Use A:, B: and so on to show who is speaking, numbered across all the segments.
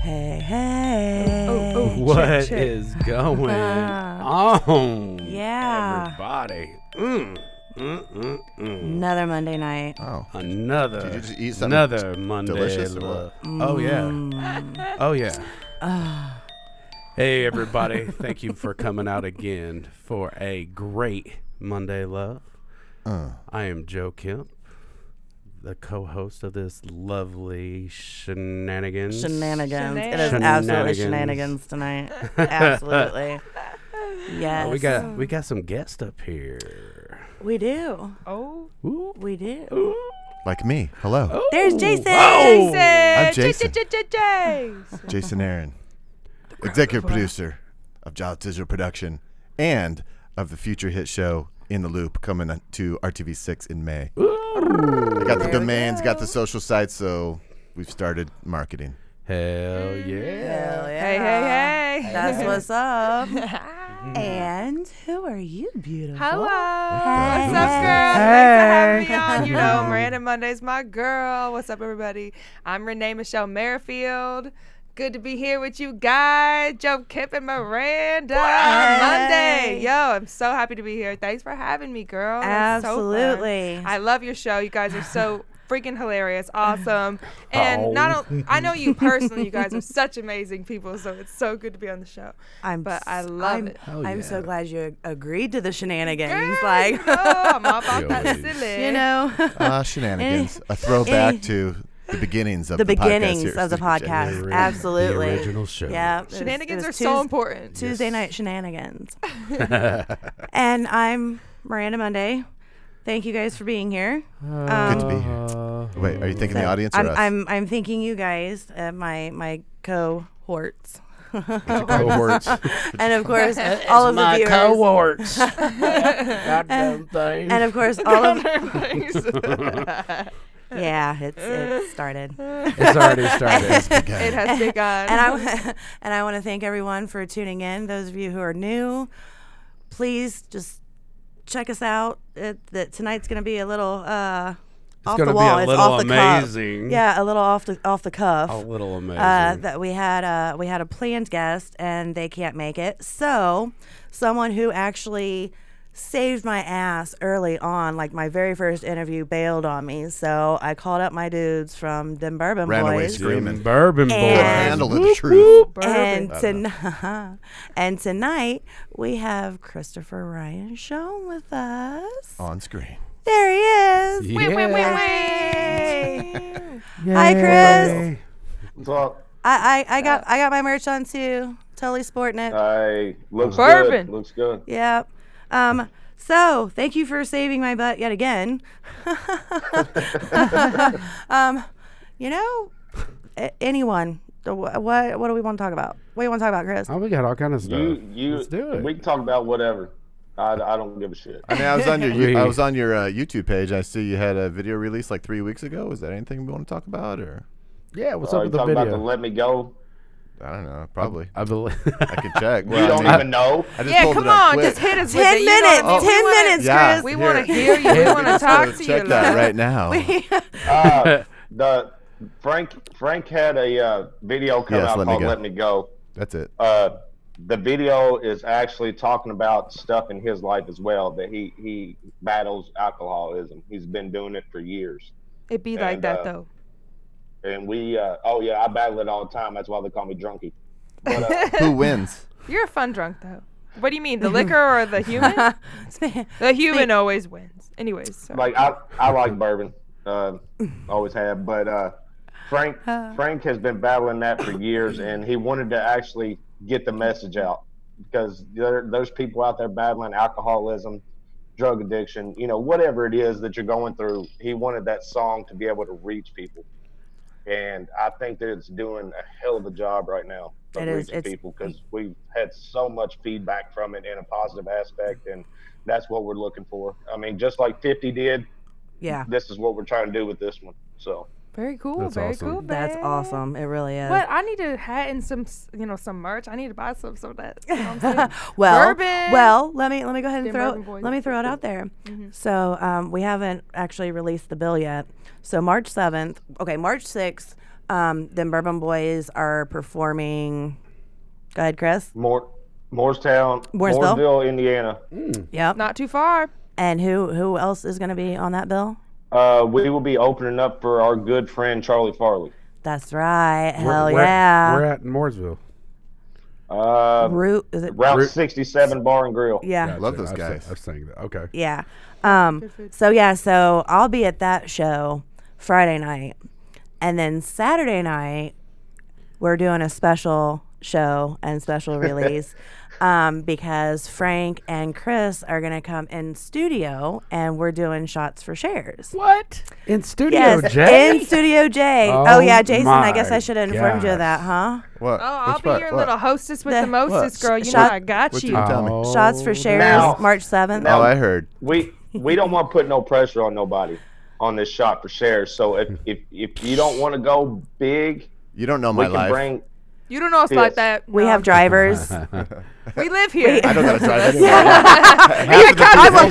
A: Hey, hey.
B: oh, oh.
C: What is
B: check.
C: going on?
A: Yeah.
C: Everybody. Mm, mm, mm, mm.
A: Another Monday night.
D: Oh.
C: Another.
D: Did you just eat something
C: another Monday.
D: delicious or
C: love.
D: what?
C: Oh, yeah.
A: Mm.
C: Oh, yeah. hey, everybody. Thank you for coming out again for a great Monday Love.
D: Uh.
C: I am Joe Kemp, the co host of this lovely shenanigans.
A: Shenanigans. It is
B: Shenanigans.
A: absolutely shenanigans
C: Shenanigans.
A: tonight. Absolutely. Yes.
C: Oh, we got we got some guests up here.
A: We do.
B: Oh,
C: Ooh.
A: We do.
D: Like me. Hello.
A: There's Jason.
C: Oh.
A: Uh,
D: I'm
B: Jason.
D: Jason.
B: J- j- j- Jace.
D: Jason Aaron, executive producer of Jobs Digital Production and of the future hit show In the Loop coming to RTV6 in May. I got the domains, got the social sites, so we've started marketing.
C: Hell yeah.
A: Hell yeah.
B: hey, hey, hey.
A: That's what's up.
C: Mm-hmm.
A: and who are you, beautiful?
B: Hello.
A: Hey.
B: What's up, girl? Thanks for having me on. You know, Miranda Monday's my girl. What's up, everybody? I'm Renee Michelle Merrifield. Good to be here with you guys. Joe Kip and Miranda. Monday. Yo, I'm so happy to be here. Thanks for having me, girl. That's so fun.
A: Absolutely.
B: I love your show. You guys are so freaking hilarious, awesome, and not. o- I know you personally. You guys are such amazing people. So it's so good to be on the show.
A: I'm
B: but I
A: s-
B: love
A: I'm,
B: it.
C: Oh,
A: I'm
C: yeah.
A: so glad you agreed to the shenanigans.
B: Girl,
A: like,
B: you know, I'm all about
C: Yo.
B: that silly.
A: you know.
D: Ah, shenanigans. A throwback to the beginnings of
A: Eh. the
D: the, podcast
A: beginnings
D: here.
A: of the podcast.
C: ori-
A: Absolutely.
C: the original show.
A: Yeah. it was- it was
B: shenanigans are so
A: Tues-
B: important.
A: Tuesday night shenanigans. and I'm Miranda Monday. Thank you guys for being here.
D: Good to be
C: Uh,
D: here. Wait, are you thinking the audience or
A: I'm,
D: us?
A: I'm I'm thanking you guys, uh, my my cohorts,
D: Cohorts.
A: and of course all of the
C: my
A: viewers,
C: cohorts. Goddamn thing.
A: and of course all of
B: it
A: yeah, it's it started.
C: it's already started.
B: has begun.
A: and I and I want to thank everyone for tuning in. Those of you who are new, please just check us out. It, that tonight's going to be a little uh, off the
C: gonna be
A: wall.
C: a
A: it's
C: little
A: off the
C: amazing.
A: Cuff. Yeah, a little off the off the cuff.
C: a little amazing.
A: Uh, that we had a we had a planned guest and they can't make it. So someone who actually saved my ass early on, like my very first interview, bailed on me. So I called up my dudes from them Bourbon
D: Ran away
A: Boys.
D: screaming. Screamin'.
A: And-
C: Bourbon
D: Handle
C: boy.
D: the truth.
A: And, ton- and tonight we have Christopher Ryan Schoen with us.
D: On screen.
A: There Oh. he is.
C: Yeah.
A: Hi, Chris.
E: What's up?
A: I, I, I got I got my merch on too. Totally sporting it.
E: I looks
B: Bourbon.
E: good. Looks good.
A: Yep. Um, so thank you for saving my butt yet again. um, you know, a- anyone. the wh- What what do we want to talk about? What do you want to talk about, Chris?
C: Oh, we got all kind of stuff.
E: You you
C: Let's do it.
E: we can talk about whatever. I, I don't give a shit.
D: I mean, I was on your
C: We-
D: you- I was on your uh, YouTube page. I see you had a video release like three weeks ago. Is that anything we want to talk about, or
C: yeah, what's
E: Are
C: up
E: you
C: with the
E: talking about the
C: video?
E: let me go?
D: I don't know, probably.
C: I believe.
D: I could check. Well,
E: you
D: I
E: don't
D: mean,
E: even know.
D: I just
B: yeah,
D: pulled
B: come
D: it up
B: on,
D: quick.
B: just hit us.
A: Ten
B: with it. You know
A: minutes.
B: what I mean?
A: Ten
B: We wanna-
A: minutes,
D: Yeah.
A: Chris.
B: We
D: Here.
B: want to hear you. We
C: Yeah,
B: want
C: we
B: to
C: just
B: talk
D: So
B: to
D: check
B: you.
D: that right now.
E: Uh, the Frank Frank had a uh, video come
D: Yes,
E: out
D: Let Me
E: called
D: Go.
E: "Let Me Go."
D: That's it.
E: Uh, the video is actually talking about stuff in his life as well that he he battles alcoholism. He's been doing it for years.
B: It'd be like
E: And,
B: that
E: uh,
B: though.
E: And we, uh, oh yeah, I battle it all the time. That's why they call me drunky. But, uh,
D: Who wins?
B: You're a fun drunk though. What do you mean, the liquor or the human? the human always wins. Anyways, so.
E: like I, I like bourbon, Um always have. But uh, Frank Frank has been battling that for years, and he wanted to actually get the message out because there, there's people out there battling alcoholism, drug addiction, you know, whatever it is that you're going through. He wanted that song to be able to reach people, and I think that it's doing a hell of a job right now of
A: It is.
E: reaching
A: It's-
E: people because we've had so much feedback from it in a positive aspect and. That's what we're looking for. I mean, just like 50 did,
A: Yeah,
E: this is what we're trying to do with this one. So
B: very cool.
C: That's
B: very
C: awesome.
B: cool.
A: that's
B: babe.
A: awesome. It really is.
B: What I need to hat and some, s- you know, some merch. I need to buy some some of that. You know what I'm saying?
A: well,
B: Bourbon.
A: well, let me let me go ahead and
B: Them
A: throw
B: bourbon boys.
A: let me throw it out there.
B: Mm-hmm.
A: So um, we haven't actually released the bill yet. So March seventh, okay, March sixth, Um, then Bourbon Boys are performing. Go ahead, Chris.
E: Moore, Moorestown,
A: Mooresville?
E: Mooresville, Indiana.
C: Mm-hmm.
A: Yep.
B: Not too far.
A: And who who else is going to be on that bill?
E: Uh, we will be opening up for our good friend Charlie Farley.
A: That's right.
C: We're-
A: Hell
C: we're at-
A: yeah.
C: We're at Mooresville.
E: Uh,
A: Root is it?
E: Route
C: Root-
E: 67 Bar and Grill.
A: Yeah.
C: Gotcha.
D: Love those
C: I was-
D: guys.
C: I was saying that. Okay.
A: Yeah. Um, so yeah, so I'll be at that show Friday night, and then Saturday night we're doing a special show and special release um, because Frank and Chris are gonna come in studio and we're doing shots for shares.
B: What?
C: In studio,
A: Yes,
C: Jay.
A: in Studio J. Oh,
C: Oh
A: yeah, Jason. I guess
C: my
A: I should have informed you of that, huh?
D: What?
B: Oh, I'll
D: Which
B: be
D: part?
B: your
D: What?
B: little hostess with
A: The-
B: the mostest,
A: What?
B: girl. You know
A: Shot-
B: I got
D: What
B: you.
D: you tell me?
A: Shots
C: Oh,
A: for shares,
E: Now-
A: March seventh.
D: Oh, I heard.
E: We we don't want to put no pressure on nobody on this shot for shares. So
C: Hmm.
E: if if, if you don't want to go big,
D: You don't know
E: we
D: my
E: can
D: life.
E: bring.
B: You don't know us like
E: Yes.
B: that.
A: We
B: No.
A: have drivers.
B: We live here.
D: I don't gotta drive anyway. Half of the
B: I will. I will
C: You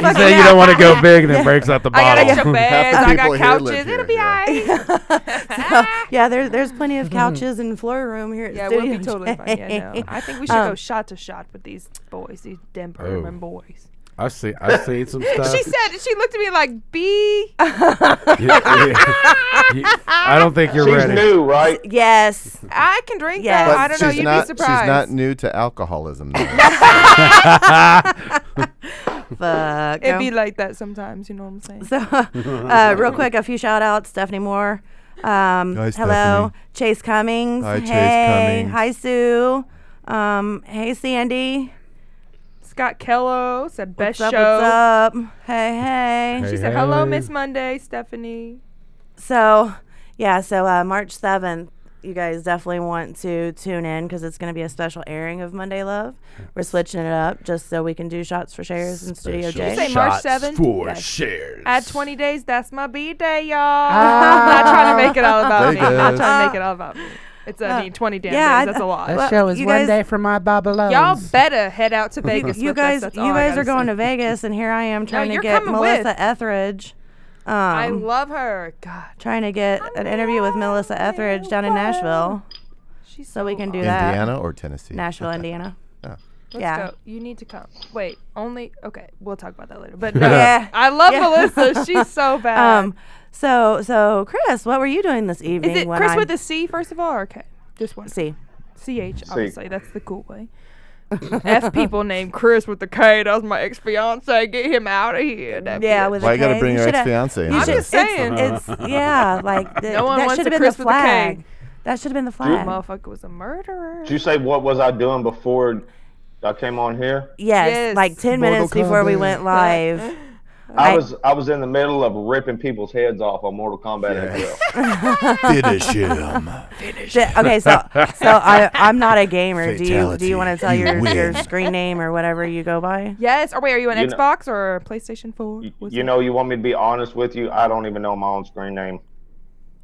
B: fucking
C: say you
B: die.
C: don't want to go big, then breaks out the
B: I got
C: bottle.
B: extra beds.
D: Half the
B: I
D: people
B: got
D: here live
B: couches.
D: here,
B: It'll be
D: yeah.
B: alright.
A: So, yeah, there's there's plenty of couches and floor room here at
B: Mm-hmm.
A: Studio
B: Yeah,
A: Um,
B: we'll be totally fine. Yeah,
A: J.
B: no. I think we should go shot to shot with these boys, these Denver
C: Oh.
B: Urban boys.
C: I've seen I've seen some stuff.
B: She said she looked at me like, "B,
C: Yeah, yeah. You- I don't think you're
E: She's
C: ready.
E: new, right?
A: Yes.
B: I can drink
A: Yes.
B: that.
D: But
B: I don't know.
D: she's
B: You'd
D: not,
B: be surprised."
D: She's not new to alcoholism. though.
A: Fuck.
B: It'd
A: Um,
B: be like that sometimes. You know what I'm saying?
A: so, uh, real quick, a few shout outs. Stephanie Moore. Um, hello.
D: Hi, Stephanie.
A: Chase Cummings.
D: Hi, Chase
A: hey.
D: Cummings.
A: Hi, Sue. Um, hey, Sandy.
B: Scott Kello said, "Best
A: what's
B: show."
A: up? What's up? Hey, hey.
B: She said, "Hello, Miss Monday, Stephanie."
A: So, yeah, so uh, March 7th, you guys definitely want to tune in because it's going to be a special airing of Monday Love. We're switching it up just so we can do shots for shares in Studio
C: Special
A: J.
B: Say March
C: shots
B: 7th?
C: For
B: Yes.
C: shares.
B: At 20 days, that's my B day, y'all. I'm
A: Ah.
B: not trying to make it all about
D: There
B: me.
D: you
B: I'm not
D: go.
B: trying to make it all about me. It's, Uh, I mean, 20 damn
A: yeah, I-
B: days. That's a lot.
A: That Well, show is you one guys- day
C: from my Babylon.
B: Y'all better head out to Vegas.
A: You
B: with us.
A: guys,
B: That's all
A: you
B: I
A: guys
B: gotta
A: are going
B: say.
A: to Vegas, and here I am trying to
B: you're
A: get
B: coming with.
A: Melissa Etheridge. Um,
B: I love her. God,
A: trying to get an interview with Melissa Etheridge down in Nashville,
B: she's so.
A: so we can do that.
D: Indiana or Tennessee?
A: Nashville, Indiana.
D: Oh.
B: Let's
A: yeah.
B: go. You need to come. Wait, only. Okay, we'll talk about that later. But no,
A: Yeah.
B: I love
A: Yeah.
B: Melissa. She's so bad.
A: Um, so, so Chris, what were you doing this evening?
B: Is it
A: when
B: Chris
A: I'm-
B: with a C first of all? Or okay, just one
A: See,
B: CH, obviously. That's the cool way. F people named Chris with the K. That was my ex fiance. Get him out of here. that
A: yeah,
B: bitch.
A: with
D: Why
A: a
D: you gotta
A: K.
D: bring your
A: shoulda-
D: ex-fiancé
A: you
D: into
A: should-
D: this?
B: I'm just saying.
A: It's, it's yeah, like the,
B: No one
A: that
B: wants
A: should have
B: a
A: been
B: Chris
A: the
B: with a K.
A: flag. That should have been the flag.
B: Motherfucker was a murderer.
E: Did you say what was I doing before I came on here?
A: yes,
B: Yes.
A: like ten
D: Mortal
A: minutes before we
D: Kombat.
A: went live.
E: I,
A: I-
E: was I was in the middle of ripping people's heads off on Mortal Kombat as well.
D: Finish him.
A: Shit, okay, so so I I'm not a gamer. Do you do
D: Fatality.
A: you want to tell
D: You
A: your, your
D: win.
A: screen name or whatever you go by?
B: Yes. Or wait, are you an
E: You know-
B: Xbox or a PlayStation 4?
E: You-
B: What's
E: you
B: it?
E: know, you want me to be honest with you? I don't even know my own screen name.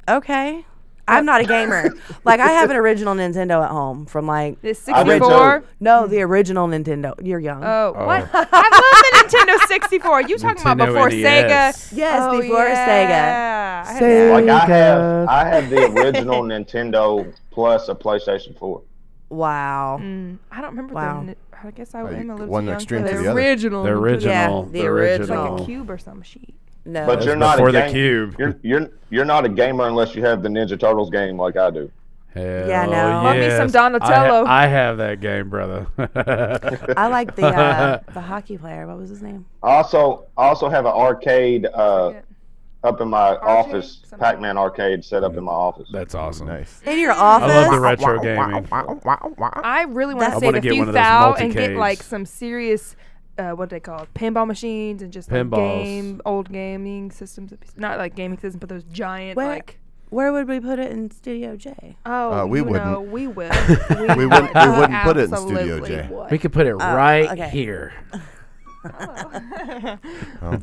A: Okay. I'm not a gamer. like I have an original Nintendo at home from like
B: This
E: I read
B: 64.
A: no, the original Nintendo. You're young.
B: Oh, what? I love the Nintendo 64. You talking about
C: Nintendo E
B: before
C: NES.
B: Sega?
A: yes,
B: Oh,
A: before Sega.
B: yeah. I had that.
E: Like I have I have the original Nintendo plus a PlayStation 4.
A: Wow.
B: Mm, I don't remember
A: Wow.
B: the. ni- I guess I
D: Like,
B: am a little
D: one
B: too young
D: extreme
B: for
D: to
B: the,
D: the other.
B: original.
C: The
B: Nintendo.
C: original.
A: the original.
B: Like a
A: Oh.
B: cube or some shit.
A: No.
E: But you're
C: That's
E: not
C: before
E: a
C: the
E: game-
C: cube.
E: You're you're you're not a gamer unless you have the Ninja Turtles game like I do.
C: Hell
A: Yeah, no.
B: Love me some
C: yes. I ha-
B: Donatello.
C: I, have that game, brother.
A: I like the uh, the hockey player. What was his name?
E: I also I also have an arcade uh, up in my office,
B: Something.
E: Pac-Man arcade set up in my office.
C: That's awesome.
D: Nice.
A: In your
C: I
A: office.
C: love the retro gaming.
B: I really
A: That's-
B: want to
A: I
B: save
C: wanna
B: a
C: get
B: few
C: one of those
B: thou and get
C: multi-caves.
B: like some serious, uh, what they call it, pinball machines and just like
C: Pinballs.
B: game old gaming systems. that be- Not like gaming systems, but those giant
A: Where-
B: like.
A: Where would we put it in Studio J?
B: Oh,
D: Uh, we
B: you
D: wouldn't.
B: know, we will.
D: We wouldn't- we
B: will.
D: wouldn't put it in Studio
B: Absolutely
D: J.
B: would.
C: We could put it right
A: Oh, okay.
C: here.
D: Oh,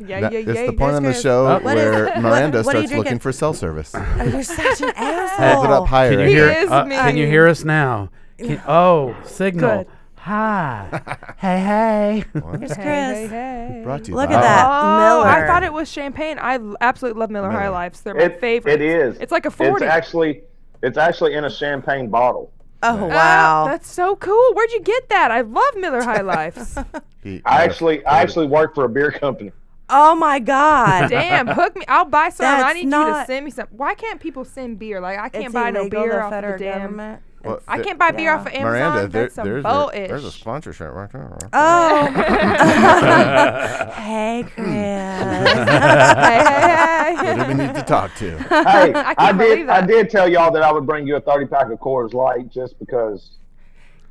B: Yeah,
D: that-
B: yeah,
D: it's
B: yeah,
D: the point on the
B: Chris, Chris.
D: show
C: Oh.
A: What is-
D: where
A: what-
D: Miranda
A: what are you
D: starts looking
A: drinking?
D: for cell service. Put
A: Oh, you're such an asshole.
D: it up higher.
C: Can you
B: He
C: hear?
B: is
C: uh, can you
B: mean.
C: hear us now? Can, oh, signal.
B: Good.
F: Hi. hey, hey.
A: Here's Chris.
B: Hey, hey, hey.
D: Brought to you
A: Look
D: by
A: at that
B: Oh, I
A: Miller.
B: thought it was champagne. I l- absolutely love Miller High
D: Miller.
B: Lifes. They're my
E: It,
B: favorite.
E: it is.
B: It's like a 40.
E: It's actually, it's actually in a champagne bottle.
A: Oh
B: Oh,
A: wow.
B: that's so cool. Where'd you get that? I love Miller High Lifes.
D: Pete.
E: I actually, I actually work for a beer company.
A: oh my god.
B: Damn, hook me. I'll buy some. I
A: That's
B: need you to
A: not-
B: send me some. Why can't people send beer? Like, I can't
A: It's
B: buy no
A: illegal, the
B: beer off of
A: federal
B: the damn.
A: government.
D: Well,
B: I
D: th-
B: can't buy beer off of Amazon.
D: Miranda, there,
B: That's some
D: there's, a,
B: bull-ish.
D: there's a sponsorship right there.
A: Oh. hey Chris.
B: hey, hey,
D: Who do
B: hey.
D: we need to talk to?
E: Hey,
B: I
E: I,
B: can't believe
E: did,
B: that.
E: I did tell y'all that I would bring you a thirty pack of Coors Light just because.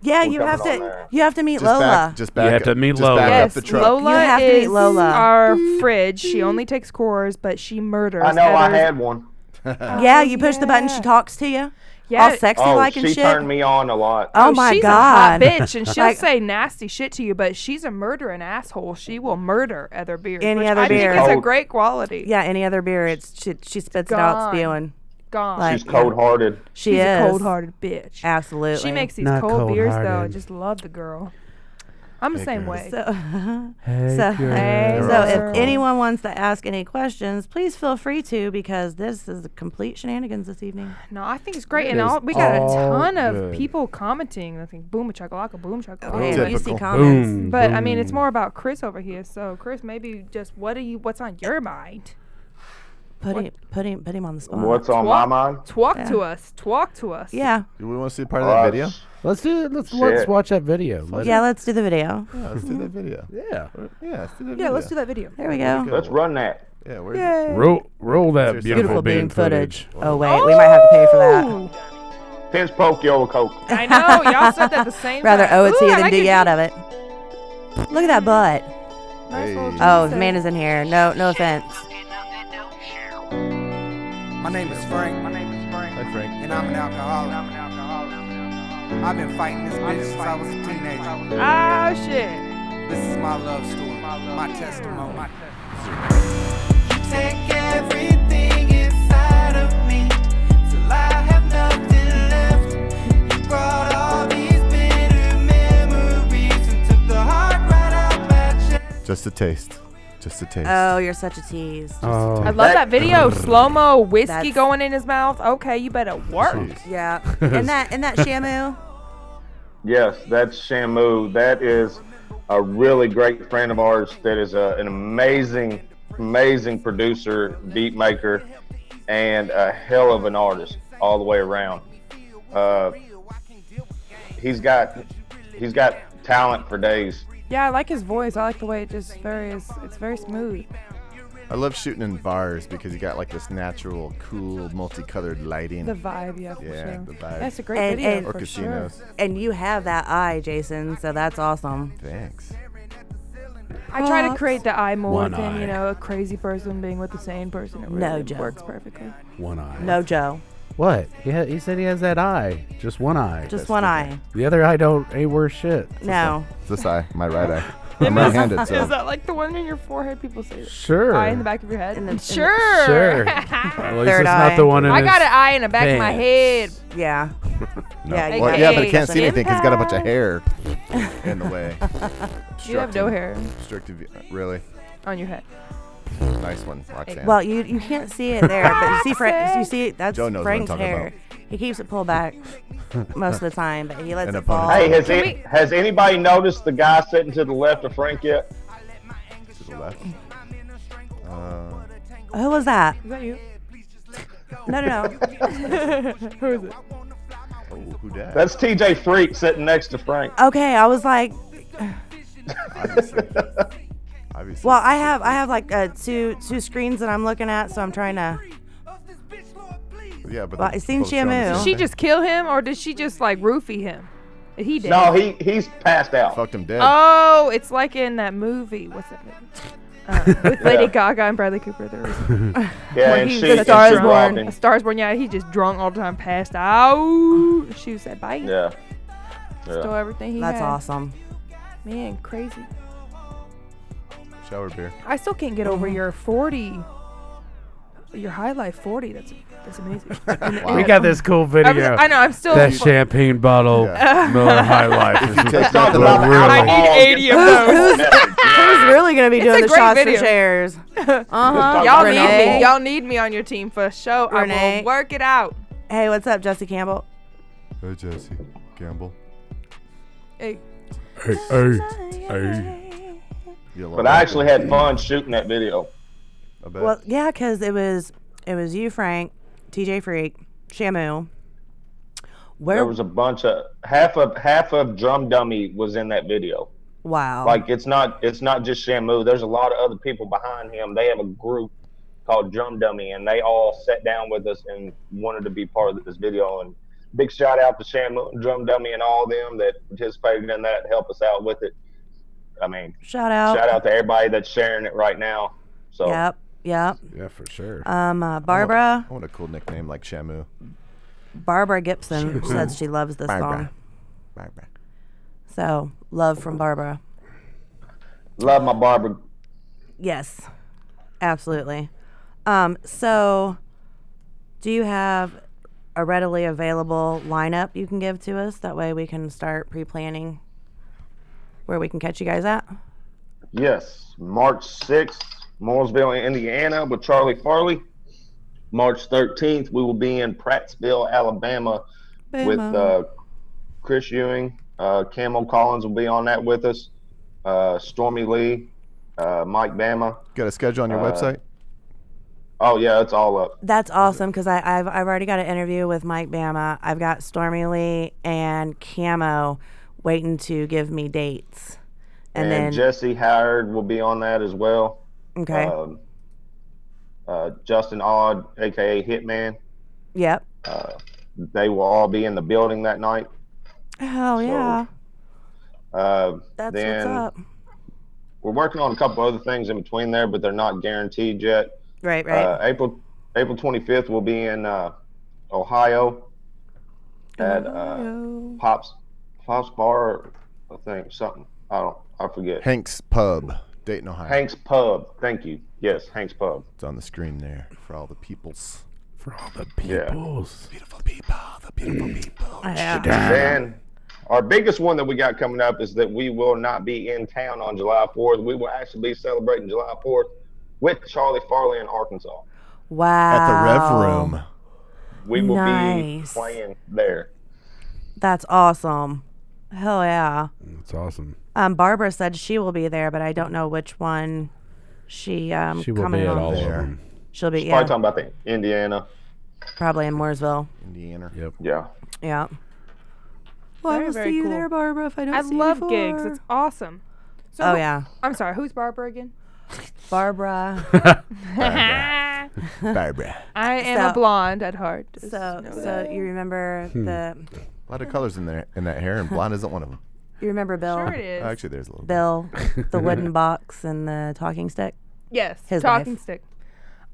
A: yeah,
E: We're
A: you have
E: coming on
A: to
E: there.
A: you have to meet
D: Just
A: Lola.
D: back, just back
C: have
D: up,
C: to meet
D: just
C: Lola.
D: Back
B: Yes,
D: up the truck.
B: Lola
A: You have to
B: is
A: meet Lola.
B: our fridge. She only takes cores, but she murders.
E: I know I
B: Heather's-
E: had one.
A: yeah, you push the button,
B: Oh, yeah.
A: she talks to you.
B: Yeah.
A: All sexy
E: Oh,
A: like and
E: she
A: shit.
E: turned me on a lot.
A: oh my
B: she's
A: god.
B: a hot bitch, and she'll
A: Like-
B: say nasty shit to you, but she's a murdering asshole. She will murder other beers.
A: Any
B: which
A: other
B: I
A: beer.
B: think is a
E: Oh.
B: great quality.
A: Yeah, any other beer it's she, she spits it out
B: gone.
A: spewing.
B: gone.
A: Like-
E: She's cold hearted.
A: She
B: she's
A: is
B: a cold-hearted bitch.
A: Absolutely.
B: She makes these
C: Not
B: cold beers though. I
C: cold-hearted.
B: just love the girl. I'm the same way.
A: so
C: Hey,
A: So-
C: girl.
B: Hey,
A: So
B: Girls
A: if
B: are cool.
A: anyone wants to ask any questions, please feel free to because this is a complete shenanigans this evening.
B: no, I think it's great, and
C: is
B: all, we got a
C: all
B: ton
C: good.
B: of people commenting. I think boom a chakalaka, boom chakalaka.
A: Okay,
B: but-
A: you see
D: Typical.
A: comments.
C: Boom,
B: But I mean, it's
C: boom.
B: more about Chris over here. So Chris, maybe just what are you? What's on your mind?
A: Put him, put him, put him on the spot.
E: What's on my
B: What?
E: mind?
B: Talk to us. Talk to us.
A: Yeah,
D: Do we want to see part of that
E: Uh,
D: video?
C: Let's do it. Let's let's
E: Shit.
C: watch that video. Let's-
A: yeah. Let's do the video.
D: Yeah, let's do that video.
C: yeah.
D: Yeah, let's do that video.
B: Yeah. Let's do that video.
A: There we go.
E: Let's run that.
D: Yeah, where's it?
B: Yay.
C: Roll roll that
D: Seriously.
A: Beautiful
C: beautiful, bean,
A: bean
C: footage.
A: footage. Oh wait, we might have to pay for that.
E: Pins poke yellow coke.
B: I know. Y'all said that the same.
A: Rather
B: time.
A: owe it to
B: Ooh,
A: you
B: I
A: than
B: like
A: dig
B: it.
A: out of it. Look at that butt.
B: Nice little
D: Hey.
B: juice
A: Oh,
B: there.
A: man is in here. No, no offense.
G: My name is Frank. My name is Frank.
D: Hi, Frank.
G: And I'm an alcoholic. I'm an alcoholic. I've been fighting this bitch since I was a teenager.
B: Oh shit.
G: This is my love story, my, testimony.
D: Just a taste. Just a taste.
A: Oh, you're such a tease. Just-
B: I
C: Oh,
B: love that video. Slow mo whiskey
A: That's-
B: going in his mouth. Okay, you better work.
D: Jeez.
A: Yeah, and that and that Shamu.
E: Yes, that's Shamu. That is a really great friend of ours. That is a, an amazing, amazing producer, beat maker, and a hell of an artist all the way around. Uh, he's got he's got talent for days.
B: Yeah, I like his voice. I like the way it just very is. It's very smooth.
D: I love shooting in bars because you got like this natural, cool, multicolored lighting.
B: The vibe, yeah, for
D: Yeah,
B: sure.
D: the vibe.
B: That's a great
A: And-
B: video
A: and-
D: or
B: for
D: casinos.
B: sure.
A: And you have that eye, Jason. So that's awesome.
D: Thanks.
B: I try to
A: Props.
B: create the eye more
C: One
B: than you
C: eye.
B: know a crazy person being with a sane person. It
A: No
B: really
A: joke.
B: works perfectly.
C: one eye.
A: No, Joe.
C: What? He ha- he said he has that eye. Just one eye.
A: Just one eye.
C: The other eye don't ain't worth shit.
A: No.
D: This eye, my right eye. I'm right-handed,
B: Is
D: so
B: that like the one in your forehead? People say that.
C: Sure.
B: eye in the back of your head.
A: In the- in the-
B: sure.
C: Sure. At least
A: Third
C: it's
A: eye.
C: not the one in
B: I
C: his-
B: got an eye in the back of my head.
C: Pants.
A: Yeah.
D: no.
A: Yeah, you
D: well,
A: got
D: yeah, but
A: it.
D: I can't see anything. He's got a bunch of
B: Impact.
D: hair in the way.
B: You have no hair
D: Obstructive. view- Really,
B: on your head.
D: nice one, Roxanne.
A: Well, you you can't see it there, but you see Frank. You see that's
D: Joe knows what I'm
A: Frank's
D: talking
A: hair. He keeps it pulled back most of the time, but he lets
D: And a
A: it fall.
D: ponytail.
E: Hey, has
B: Oh, Can
E: it, has anybody noticed the guy sitting to the left of Frank yet?
D: to the left. Uh,
A: Who was that?
B: Is that you?
A: No, no, no.
B: Who is it?
D: oh, who dat?
E: That's TJ Freak sitting next to Frank.
A: Okay, I was like,
D: Obviously.
B: Oh,
D: Obviously.
A: well, I have I have like uh, two two screens that I'm looking at, so I'm trying to.
D: yeah, but
A: well,
D: they're
A: I seen
D: both showing the
A: Shamu.
D: same
B: She
D: thing.
B: just kill him, or did she just like roofie him? He did.
E: No, he he's passed out.
D: fucked him dead.
B: Oh, it's like in that movie. What's that movie? Uh, with Lady Gaga and Bradley Cooper. There was
E: Yeah,
B: When
E: and
B: he
E: she,
B: was a
E: and she
B: Star is
E: robbed
B: Born.
E: him.
B: A Star is Born. Yeah, he just drunk all the time, passed out. She was that bite.
E: Yeah.
B: Stole
E: yeah.
B: everything he
A: That's
B: had.
A: awesome.
B: Man, crazy.
D: Shower beer.
B: I still can't get over your 40 your high life 40. That's that's amazing.
D: Wow.
C: We got this cool
B: I'm-
C: video.
B: I know. I'm still.
C: That champagne bottle Miller High Life is
D: take
C: what-
D: nothing
C: what
D: off
C: really-
B: I need 80 of
A: Who's,
B: those.
A: who's, who's really going to be
B: It's
A: doing
B: a
A: the
B: great
A: shots
B: video.
A: and shares? Uh huh.
B: Y'all need
A: Renee.
B: me. Y'all need me on your team for sure. I
A: Renee.
B: will work it out.
A: Hey, what's up, Jesse Campbell?
D: Hey, Jesse Campbell.
B: Hey,
C: Hey, hey, hey.
D: You'll
E: But
D: all
E: I
D: right.
E: actually had fun shooting that video.
D: I bet.
A: Well, yeah, because it was it was you, Frank, TJ Freak, Shamu. Where?
E: There was a bunch of half of half of Drum Dummy was in that video.
A: wow.
E: Like it's not it's not just Shamu. There's a lot of other people behind him. They have a group called Drum Dummy, and they all sat down with us and wanted to be part of this video. And big shout out to Shamu, and Drum Dummy, and all them that participated in that, help us out with it. I mean,
A: shout out.
E: shout out to everybody that's sharing it right now. So
A: Yep. Yep.
C: Yeah, for sure.
A: Um, uh,
D: I want-
A: Barbara.
D: I want Oh. a cool nickname like Shamu.
A: Barbara Gibson said she loves this song.
D: Barbara.
A: So love from Barbara.
E: love my Barbara.
A: Yes, absolutely. Um, so, do you have a readily available lineup you can give to us? That way we can start pre planning where we can catch you guys at.
E: Yes, March 6th, Mooresville, Indiana, with Charlie Farley. March 13th, we will be in Prattsville, Alabama, with uh, Chris Ewing. Uh, Camo Collins will be on that with us. Uh, Stormy Lee, uh, Mike Bama.
D: Got a schedule on your
E: Uh,
D: website?
E: Oh, yeah, it's all up.
A: That's awesome because I've, I've already got an interview with Mike Bama. I've got Stormy Lee and Camo waiting to give me dates. And,
E: And,
A: then,
E: Jesse Howard will be on that as well.
A: okay.
E: Um, uh, Justin Odd, aka Hitman.
A: yep.
E: They will all be in the building that night.
A: Hell Oh, yeah.
E: Uh,
A: That's
E: then
A: what's up.
E: we're working on a couple other things in between there, but they're not guaranteed yet.
A: Right, right.
E: Uh, April April 25th will be in uh, Ohio at uh, Pops Pops Bar, I think something. I don't. I forget.
D: Hank's Pub, Dayton, Ohio.
E: Hank's Pub. Thank you. Yes, Hank's Pub.
D: It's on the screen there for all the peoples.
C: For all the
E: Yeah.
C: peoples.
D: Beautiful people, the beautiful people.
A: yeah.
E: Then our biggest one that we got coming up is that we will not be in town on July 4th. We will actually be celebrating July 4th with Charlie Farley in Arkansas.
A: Wow.
D: At the
A: Oh.
D: Rev Room.
E: We will be
A: Nice.
E: playing there.
A: That's awesome. Hell yeah.
C: That's awesome.
A: Um, Barbara said she will be there, but I don't know which one she um
C: She will be
A: coming
C: at
A: on.
C: all
D: there.
C: of them.
A: She'll be
E: Probably
A: yeah,
E: talking about the Indiana.
A: probably in Mooresville.
D: Indiana.
C: Yep.
E: Yeah.
A: Yeah. Well,
B: Very,
A: I will
B: very
A: see you
B: cool.
A: there, Barbara. If I don't
B: I
A: see you
B: love gigs.
A: before.
B: It's awesome. So
A: oh
B: who-
A: yeah,
B: I'm sorry. Who's Barbara again?
A: Barbara.
B: I
D: Barbara.
B: am a
A: So-
B: blonde at heart. Just
A: so,
B: know that.
A: so you remember the
D: A lot of colors in there in that hair, and blonde isn't one of them.
A: you remember Bill,
B: Sure it is.
D: Actually, there's a little. bit.
A: Bill, the wooden box and the talking stick.
B: yes.
A: his
B: talking
A: wife.
B: stick.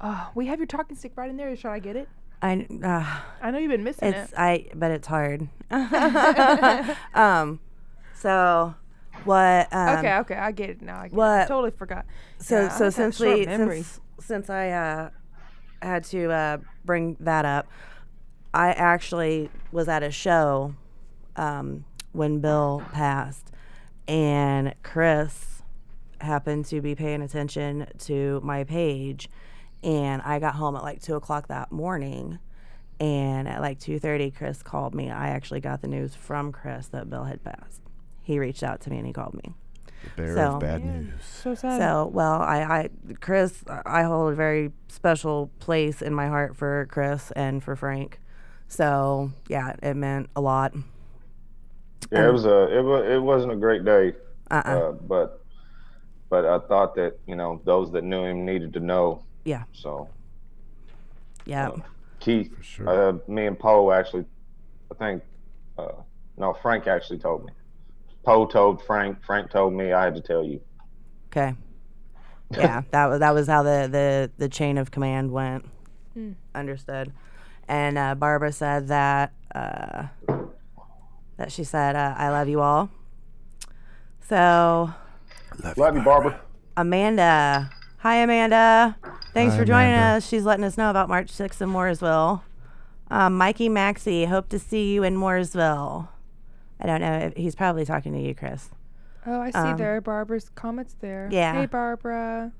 B: Oh, we have your talking stick right in there. Shall I get it?
A: I uh,
B: I know you've been missing
A: It's
B: it.
A: I, but it's hard. um, so what? Um,
B: Okay, okay, I get it now. I get it.
A: what-
B: Totally forgot.
A: So
B: Yeah, I
A: so
B: have
A: since
B: short
A: we
B: memories.
A: since since I uh, had to uh, bring that up, I actually was at a show um, when Bill passed, and Chris happened to be paying attention to my page, and I got home at like two o'clock that morning. And at like 2:30, Chris called me. I actually got the news from Chris that Bill had passed. He reached out to me and he called me.
D: The bearer
A: So-
D: of bad news.
B: so sad.
A: So, well, I, I, Chris, I hold a very special place in my heart for Chris and for Frank. So, yeah, it meant a lot.
E: Yeah, it was a it was it wasn't a great day,
A: Uh, uh
E: uh, but but I thought that you know those that knew him needed to know.
A: yeah,
E: So
A: yeah,
E: Keith,
C: sure.
E: uh, me and Poe actually, I think, uh, no Frank actually told me. Poe told Frank. Frank told me. I had to tell you.
A: okay, yeah. that was that was how the the the chain of command went. Understood. And uh, Barbara said that uh, that she said, uh, "I love you all." So
E: Love you, Barbara.
A: Amanda. Hi, Amanda. Thanks
D: Hi,
A: for joining
D: Amanda.
A: us. She's letting us know about March 6th in Mooresville. Um, Mikey Maxey, hope to see you in Mooresville. I don't know. If, he's probably talking to you, Chris.
B: Oh, I see
A: Um,
B: there. Barbara's comments there.
A: yeah.
B: Hey, Barbara.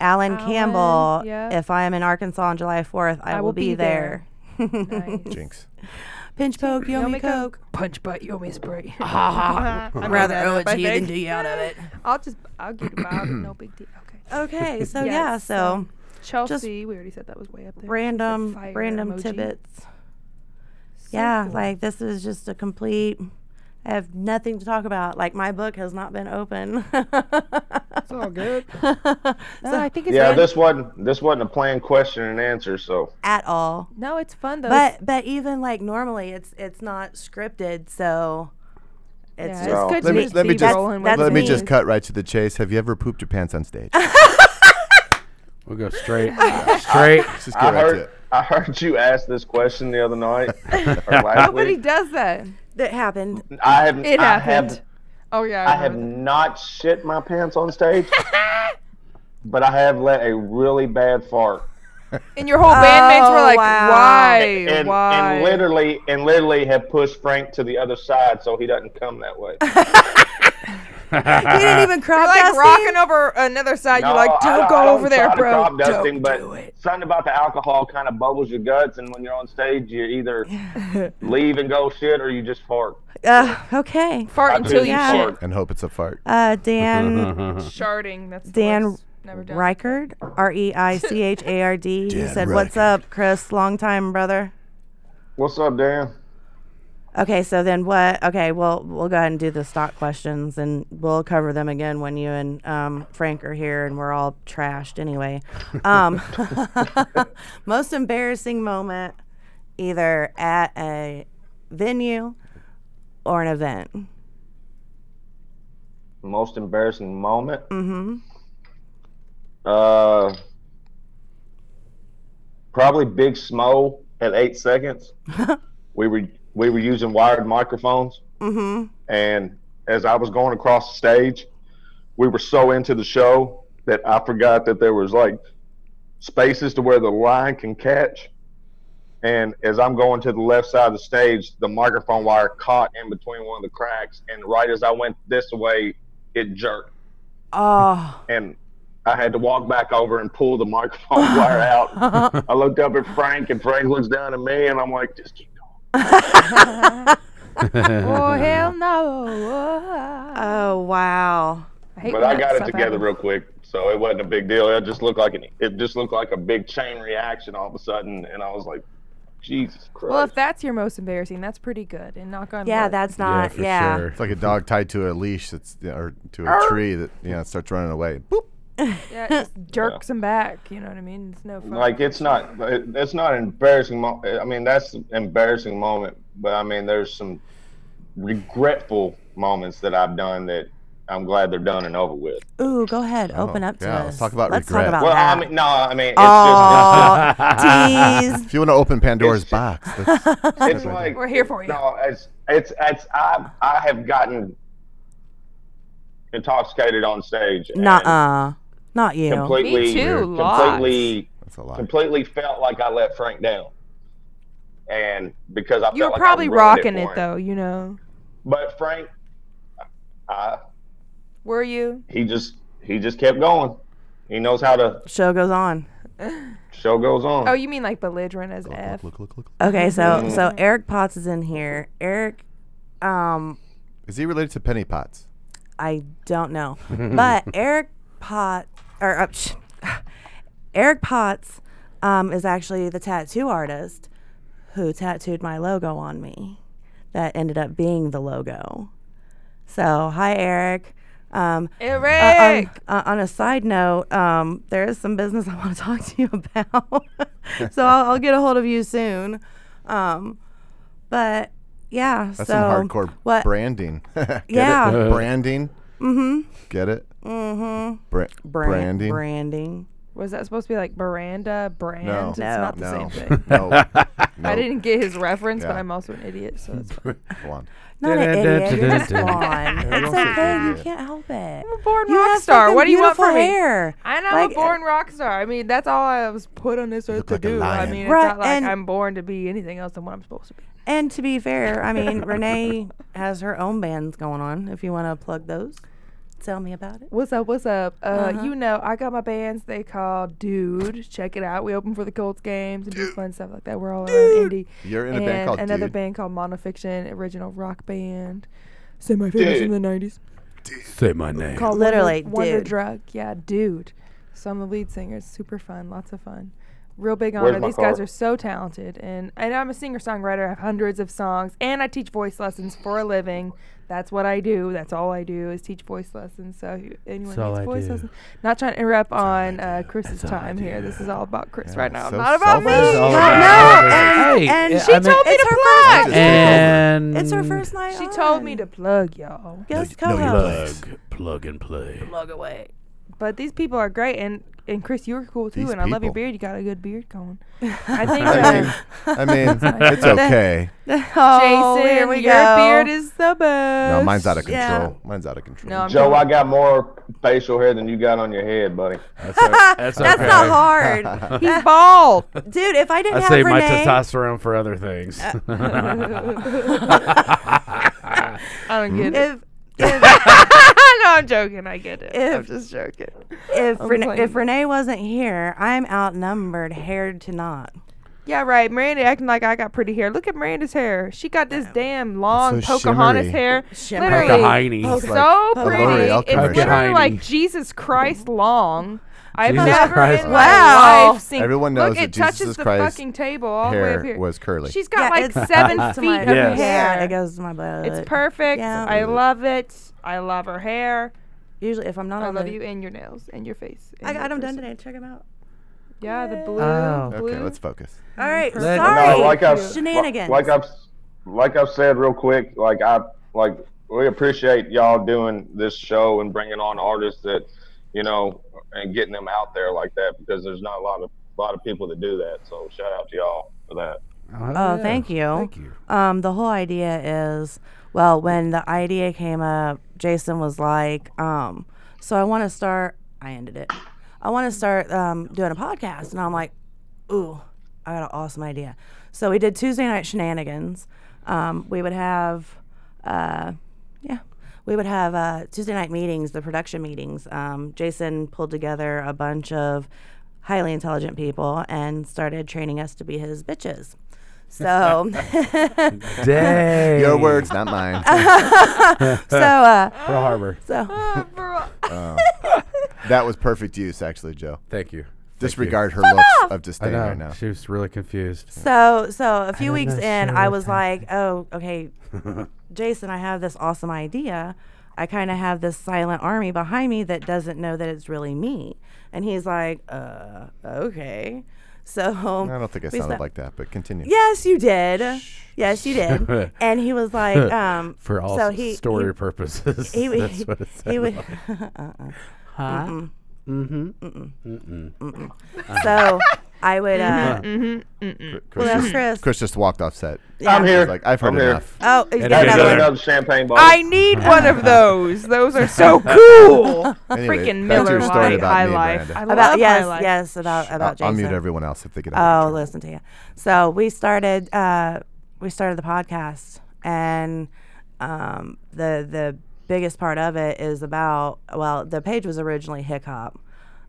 A: Alan,
B: Alan,
A: Campbell,
B: yeah.
A: if I am in Arkansas on July 4th, I, will, be, there.
B: Nice.
D: Jinx.
A: Pinch poke, yummy coke.
B: Punch butt, you always spray.
H: I'd rather owe it to you than do you out of it.
B: I'll just, I'll get it Bob. no big deal. Okay.
A: Okay, so
B: Yes,
A: yeah, so
B: Chelsea, we already said that was way up there.
A: random,
B: The fire
A: random
B: emoji.
A: tidbits.
B: So
A: yeah,
B: cool.
A: like this is just a complete. I have nothing to talk about. Like my book has not been open.
D: It's all good.
B: No, I think it's
E: Yeah,
B: fun.
E: this wasn't this wasn't a planned question and answer, so
A: at all.
B: no, it's fun though.
A: But but even like normally it's it's not scripted, so it's
B: yeah,
A: just
E: No.
B: it's good
D: Let
B: to
D: me-
B: just
D: let me
B: be
D: just-
B: rolling
A: that's
B: with
D: Let
B: it.
D: me
A: me.
D: just cut right to the chase. Have you ever pooped your pants on stage?
C: We'll go straight, straight.
D: Let's just get
E: I
D: right
E: heard
D: to it.
E: I heard you ask this question the other night or last
B: Nobody
E: week.
B: does that.
A: that happened.
E: I have
B: It
E: I
B: happened.
E: have
B: oh yeah,
E: I have
B: remember
E: not shit my pants on stage, but I have let a really bad fart.
B: that. And your whole bandmates were like,
A: wow.
B: "Why?
E: and,
B: Why?"
E: and literally and literally have pushed Frank to the other side so he doesn't come that way.
A: He didn't even crop
B: like
A: dusting?
B: rocking over another side. You're like,
E: I
B: "Don't go over there,
E: try to
B: bro.
E: crop dusting,
B: don't
E: but
B: do it."
E: Something about the alcohol kind of bubbles your guts, and when you're on stage, you either leave and go shit or you just fart.
A: Uh, okay.
B: Fart until
E: do
B: you
A: Yeah.
B: shit.
E: fart.
D: And hope it's a fart.
A: Uh, Dan
B: Sharding. That's the
A: Dan
B: worst. Never done.
A: Reichard, R E I C H A R D. He
D: Dan
A: said, "What's up, Chris? Long time, brother."
E: What's up, Dan?
A: Okay, so then what? Okay, well, we'll go ahead and do the stock questions, and we'll cover them again when you and um, Frank are here, and we're all trashed anyway. Um, most embarrassing moment, either at a venue or an event.
E: Most embarrassing moment. Mm-hmm. Uh, probably Big Smo at eight seconds. we were we were using wired microphones, mm-hmm. and as I was going across the stage, we were so into the show that I forgot that there was like spaces to where the line can catch. And as I'm going to the left side of the stage, the microphone wire caught in between one of the cracks, and right as I went this way, it jerked
A: Oh,
E: and I had to walk back over and pull the microphone wire out. I looked up at Frank, and Frank looks down at me, and I'm like, just keep going.
B: Oh hell no!
A: oh, wow.
B: hate
E: But
B: when
E: I
B: that
E: got it
B: stuff
E: together
B: happens.
E: real quick, so it wasn't a big deal. It just looked like an, it just looked like a big chain reaction all of a sudden, and I was like, Jesus Christ.
B: Well, if that's your most embarrassing, that's pretty good. And knock on
A: Yeah,
B: wood.
A: that's
C: Yeah,
A: not.
C: for
A: Yeah,
C: sure.
D: It's like a dog tied to a leash that's or to a tree that you know starts running away. Boop.
B: yeah, it just jerks them back. You know what I mean? It's no fun.
E: like it's not it- it's not an embarrassing mo- i mean that's an embarrassing moment but i mean there's some regretful moments that i've done that i'm glad they're done and over with
A: Ooh, go ahead. Open
D: Oh,
A: up to
D: yeah,
A: us.
D: let's talk about
A: Let's
D: regret.
B: Oh,
A: talk about
E: well
A: that.
E: i mean no i mean
A: oh,
E: it's
A: tease.
D: If you want to open Pandora's box, that's,
E: just it's like
B: We're here for you.
E: no it's it's it's i i have gotten intoxicated on stage and
A: Nuh-uh. Not you.
E: completely
B: Me too,
E: completely
D: that's a lot.
E: completely felt like i let frank down and because i
B: You
E: felt
B: were
E: like I
B: probably
E: ruined
B: rocking it
E: it, for him.
B: though. You know,
E: but frank I,
B: were you?
E: he just he just kept going. He knows how the
A: Show goes on.
E: show goes on.
B: Oh, you mean like belligerent as f?
D: Look, look, look.
A: Okay, so so Eric Potts is in here. Eric, um,
D: Is he related to Penny Potts?
A: I don't know, but Eric Potts or uh, psh, Eric Potts um, is actually the tattoo artist who tattooed my logo on me. That ended up being the logo. So hi, Eric. Um, uh,
B: Eric.
A: on, uh, on a side note, um, there is some business I want to talk to you about. so I'll, I'll get a hold of you soon. Um, but yeah,
D: That's
A: so
D: some hardcore
A: what?
D: branding. Get
A: Yeah.
D: It? Branding. Mm-hmm. Get it? Mm-hmm. Bra-
A: Brand-
D: branding.
A: branding.
B: Was that supposed to be like Miranda brand?
D: No.
B: It's
A: No.
B: not the
D: No.
B: same thing.
D: No.
B: I didn't get his reference, but
D: Yeah.
B: I'm also an idiot, so that's fine.
D: Blonde.
A: Not an idiot. You're just blonde.
D: Everyone
A: It's
D: says
A: okay. You
D: idiot.
A: can't help it.
B: I'm a born
A: You
B: rock
A: have
B: star.
A: fucking
B: What do you want
A: beautiful
B: from
A: hair.
B: me? I know
A: Like, uh,
B: I'm a born rock star. I mean, that's all I was put on this earth
D: look
B: to
D: like a
B: do. I
D: lion.
B: mean,
A: Right,
B: it's not like
A: and-
B: I'm born to be anything else than what I'm supposed to be.
A: And to be fair, I mean, Renee has her own bands going on. If you want to plug those, tell me about it.
B: What's up? What's up? Uh, You know, I got my bands. They call Dude. Check it out. We open for the Colts games and do fun stuff like that. We're all around indie.
D: You're in a
B: and
D: band called
B: another
D: Dude?
B: band called Monofiction, original rock band. Some of my favorites
E: Dude.
B: from the '90s.
C: Say my name.
B: Called
A: Literally,
B: Wonder, Wonder
A: Dude.
B: Drug. Yeah, Dude. So I'm the lead singer. It's super fun. Lots of fun. Real big
E: Where's
B: honor.
E: my
B: These guys
E: car?
B: are so talented, and and I'm a singer songwriter. I have hundreds of songs, and I teach voice lessons for a living. That's what I do. That's all I do is teach voice lessons. So if you- anyone
C: all
B: needs
C: I
B: voice
C: do.
B: lessons, not trying to interrupt on uh, Chris's time here. This is all about Chris right now.
D: so
B: not about
D: selfish.
B: me.
D: It's all
A: No,
D: about
A: no,
C: her.
A: and,
F: Hey,
A: and
F: I
A: she
F: mean-
A: told me
B: It's
A: to
B: her
A: plug.
D: plug.
F: And
A: It's her first night.
B: She
A: on.
B: told me to plug y'all.
A: Guest
D: Mm. No, you- no, you
A: co-host.
C: Plug, plug and play.
H: Plug away.
B: But these people are great, and and Chris, you were cool too,
D: These
B: and I love your
D: people.
B: beard. You got a good beard going. I think.
D: I
B: Uh,
D: mean, I mean it's okay.
A: Oh,
B: Jason,
A: here we
B: your
A: go.
B: beard is the best.
D: No, mine's out of control.
A: Yeah.
D: Mine's out of control.
B: No, I'm
E: Joe, I got more facial hair than you got on your head, buddy.
C: That's, o- that's okay.
A: That's not hard,
B: He's bald.
A: dude. If I didn't
C: I
A: have
C: save my
A: Renee,
C: testosterone for other things.
A: Uh.
B: I don't get it.
A: if if,
B: no, I'm joking. I get it. I'm
A: If-
B: just joking.
A: if, Renee,
B: playing.
A: if Renee wasn't here, I'm outnumbered, hair to not.
B: Yeah, right. Miranda acting like I got pretty hair. Look at Miranda's hair. She got this damn long
D: so
B: Pocahontas
D: shimmery.
B: hair.
A: Shimmery.
B: Literally,
A: Oh,
C: Pocahontas.
B: so
D: Like a
B: pretty.
D: L'Oreal
B: It's
D: commercial.
B: literally like
C: Pocahontas.
B: Jesus Christ long. I've
C: Jesus
B: never
C: Christ
B: in
C: long.
B: my
A: Wow.
B: life seen.
D: Everyone knows
B: Look,
D: that
B: it touches
D: Jesus
B: the
D: Christ
B: fucking table all the way up
D: Hair
B: here.
D: was curly.
B: She's got
A: Yeah,
B: like
A: it's-
B: seven
A: it's to
B: feet
A: my-
B: of
C: Yes.
B: hair.
A: Yeah, it goes to my butt.
B: It's perfect.
A: Yeah.
B: I love it. I love her hair.
A: Usually, if I'm not
B: I
A: on
B: love
A: the,
B: you and your nails and your face. and
A: I
B: your
A: got them done
B: person.
A: today. Check them out.
B: Yeah, the blue.
F: Oh.
B: blue.
D: okay, let's focus.
A: All right,
B: Let-
A: sorry,
E: No, like I've
A: shenanigans.
E: Like I've like I've said real quick, like I like we appreciate y'all doing this show and bringing on artists that you know and getting them out there like that because there's not a lot of lot of people that do that. So shout out to y'all for that.
A: Oh, thank you.
C: Thank you.
A: Um, the whole idea is, well, when the idea came up, Jason was like, um, so I want to start. I ended it. I want to start um, doing a podcast, and I'm like, ooh, I got an awesome idea. So we did Tuesday night shenanigans. Um, we would have, uh, yeah, we would have uh, Tuesday night meetings, the production meetings. Um, Jason pulled together a bunch of highly intelligent people and started training us to be his bitches. So,
C: Dang.
D: Your words, not mine.
A: so, uh,
C: Pearl Harbor.
A: so
D: that was perfect use, actually, Joe.
C: Thank you. Thank you.
D: Disregard her looks of
C: I
D: disdain
C: know.
D: right now.
C: She was really confused.
A: So, so a few
F: I'm
A: weeks
F: not
A: in,
F: sure
A: I
F: what
A: was like, "Oh, okay, Jason, I have this awesome idea. I kind of have this silent army behind me that doesn't know that it's really me." And he's like, "Uh, okay." So
D: I don't think I
A: we
D: sounded
A: sat-
D: like that, but continue.
A: Yes, you did. Yes, you did. and he was like, um,
C: For all
A: so
C: s-
A: he,
C: story purposes.
A: He, he,
C: That's what it
A: he would. uh-uh.
C: Mm-hmm. said.
F: Huh?
C: Uh-huh.
A: so I would. Uh,
D: Chris,
A: Well,
D: just,
A: Chris.
D: Chris just walked off set.
E: I'm
D: He's
E: here.
D: like, I've heard
E: I'm here.
D: enough.
A: Oh, he's
C: Yeah,
A: got
E: Give me
A: another.
C: yeah.
E: another champagne bottle.
B: I need one of those. Those are so cool.
D: Anyway,
B: Freaking
D: back to
B: Miller
D: your story
B: Lite
D: about
B: High
D: me,
B: Life.
D: Miranda.
B: I
A: About
B: love High
A: yes,
B: Life.
A: yes, about about
D: I'll, I'll
A: Jason.
D: mute everyone else if they get out.
A: Oh, listen to you. So we started uh, we started the podcast, and um, the the biggest part of it is about well, the page was originally Hiccup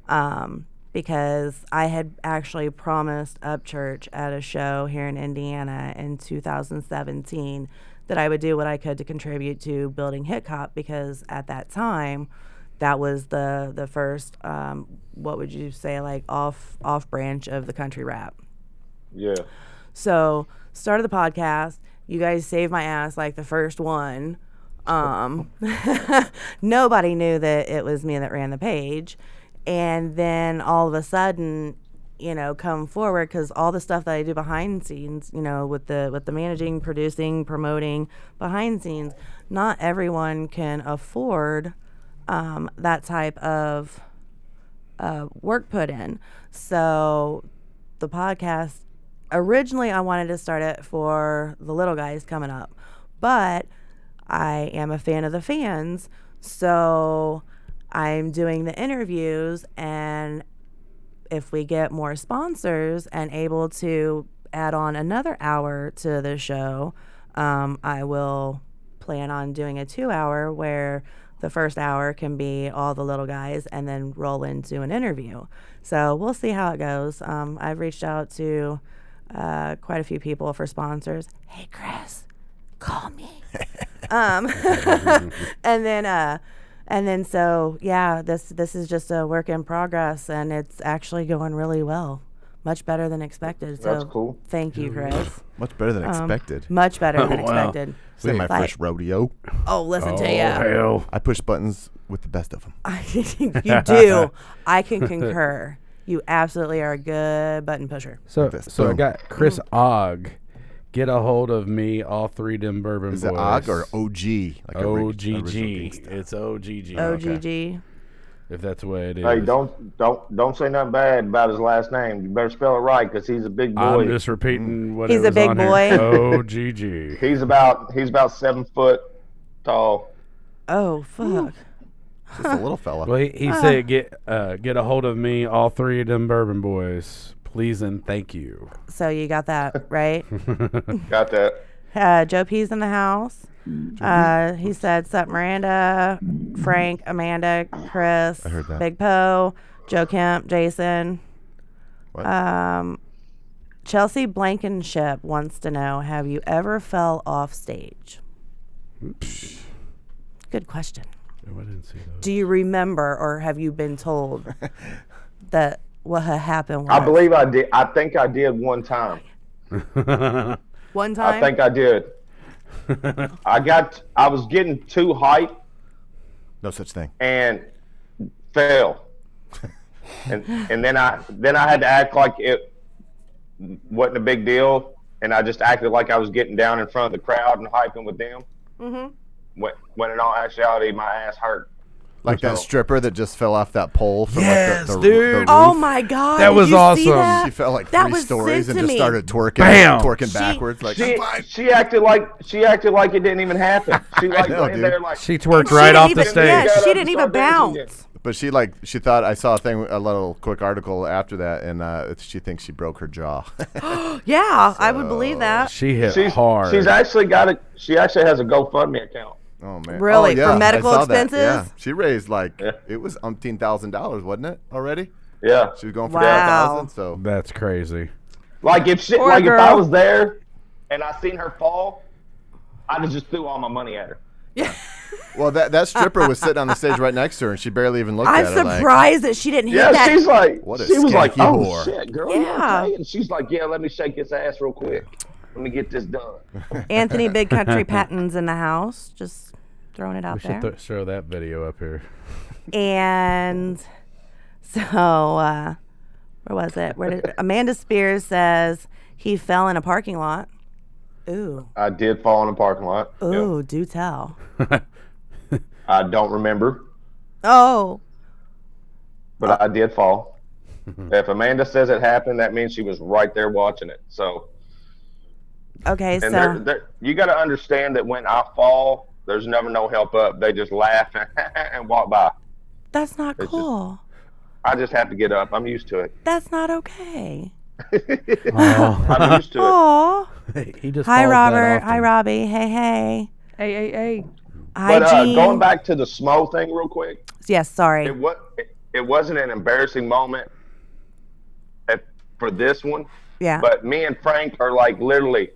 A: um, because I had actually promised Upchurch at a show here in Indiana in 2017 that I would do what I could to contribute to building Hiccup because at that time that was the the first um, what would you say like off off branch of the country rap.
E: Yeah.
A: So started the podcast. You guys saved my ass like the first one. Um, nobody knew that it was me that ran the page, and then all of a sudden, you know, come forward because all the stuff that I do behind the scenes, you know, with the with the managing, producing, promoting behind the scenes, not everyone can afford um, that type of uh, work put in. So the podcast originally I wanted to start it for the little guys coming up, but I am a fan of the fans, so I'm doing the interviews and if we get more sponsors and able to add on another hour to the show, um, I will plan on doing a two hour where the first hour can be all the little guys and then roll into an interview. So we'll see how it goes. Um, I've reached out to uh, quite a few people for sponsors. Hey, Chris, call me. um, and then, uh, and then so yeah, this this is just a work in progress, and it's actually going really well, much better than expected. So
E: That's cool.
A: Thank you, Chris.
D: Much better than
A: Um,
D: expected.
A: much better than
C: Oh, wow.
A: expected.
D: This ain't my
A: Like-
D: first rodeo.
A: Oh, listen to you.
C: hell.
D: I push buttons with the best of them.
A: you do. I can concur. You absolutely are a good button pusher.
C: So,
D: This
C: so I
D: boom.
C: got Chris Og. Get a hold of me, all three them bourbon
D: Is
C: boys.
D: it OG or OG? Like a ri- original
C: OGG.
D: gangsta.
C: It's OGG.
A: OGG.
C: If that's the way it is.
E: Hey, don't don't don't say nothing bad about his last name. You better spell it right because he's a big boy.
C: I'm just
D: Mm.
C: repeating what
A: He's
C: it
A: a
C: was
A: big
C: on here.
A: boy.
C: OGG.
E: He's about he's about seven foot tall.
A: Oh, fuck.
D: Just a little fella.
C: Well, he, he said get uh, get a hold of me, all three of them bourbon boys. Please and thank you.
A: So you got that, right?
E: Got that?
A: uh, Joe P's in the house. Uh, he said, Sup, Miranda, Frank, Amanda, Chris,
D: heard that.
A: Big Poe, Joe Kemp, Jason.
D: What?
A: Um, Chelsea Blankenship wants to know Have you ever fell off stage? Good question.
C: Oh, I didn't see those.
A: Do you remember or have you been told that what had happened?
E: I
A: was-
E: believe I did. I think I did one time.
A: One
E: I
A: time?
E: think I did. I got I was getting too hyped
D: no such thing.
E: and fell. and and then I then I had to act like it wasn't a big deal, and I just acted like I was getting down in front of the crowd and hyping with them. Mm-hmm. When when in all actuality, my ass hurt.
D: Like that stripper that just fell off that pole from
C: Yes,
D: like the, the, the
C: dude.
D: roof.
A: Oh my God.
C: That
A: did
C: was
A: you see
C: awesome.
A: that?
D: She fell like
A: That
D: three
A: was
D: stories
A: sent
D: and
A: to
D: just
A: me.
D: started twerking,
C: Bam!
D: twerking
A: She-
D: backwards. Like
E: She,
D: I'm fine.
E: she acted like she acted like it didn't even happen. She like
D: know,
E: laying
D: dude.
E: there like
C: She twerked
A: She
C: right
A: didn't
C: off
A: even-
C: the stage.
A: Yeah,
E: Got up
A: she
E: and
A: didn't even
E: started dancing again.
A: bounce.
D: But she like she thought I saw a thing, a little quick article after that, and uh, she thinks she broke her jaw.
A: Yeah, I would believe that.
C: She hit
E: she's
C: hard.
E: she's actually got a she actually has a GoFundMe account.
D: oh man!
A: Really?
D: Oh,
A: For
D: yeah, I
A: medical
D: saw that.
A: expenses?
D: Yeah, she raised like it was umpteen thousand dollars, wasn't it already?
E: Yeah,
D: She was going for
A: Wow.
D: ten thousand. So
C: That's crazy.
E: like if she,
B: Poor
E: like if I
B: girl.
E: was there and I seen her fall, I'd have just threw all my money at her.
D: well, that that stripper was sitting on the stage right next to her, and she barely even looked
A: I'm
D: at her. like,
A: surprised that she didn't hit
E: Yeah,
A: that.
E: she's like,
D: What a
E: she was like,
D: skanky
E: oh
D: whore."
E: shit, girl,
A: Yeah.
E: you okay? And she's like, yeah, let me shake this ass real quick. Let me get this done.
A: Anthony Big Country Patton's in the house. Just throwing it out
C: Should
A: there.
C: th- throw that video up here.
A: and so, uh, where was it? Where did Amanda Spears says he fell in a parking lot? Ooh,
E: I did fall in a parking lot. Yeah.
A: ooh, do tell.
E: I don't remember,
A: Oh,
E: but I did fall. if Amanda says it happened, that means she was right there watching it. So,
A: okay.
E: and
A: so
E: there there you got to understand that when I fall, there's never no help up. They just laugh and walk by.
A: that's not
E: just-
A: cool.
E: I just have to get up. I'm used to it.
A: That's not okay.
C: Oh,
E: I'm used to it.
A: Aw.
C: he just
A: Hi,
C: falls that
A: Robert. Hi,
C: often.
A: Robbie. Hey, hey.
B: Hey, hey, hey.
A: Hi,
E: But uh,
A: Jean.
E: going back to the small thing real quick.
A: Yes, sorry.
E: it was it, it wasn't an embarrassing moment at, for this one
A: yeah.
E: but me and frank are like literally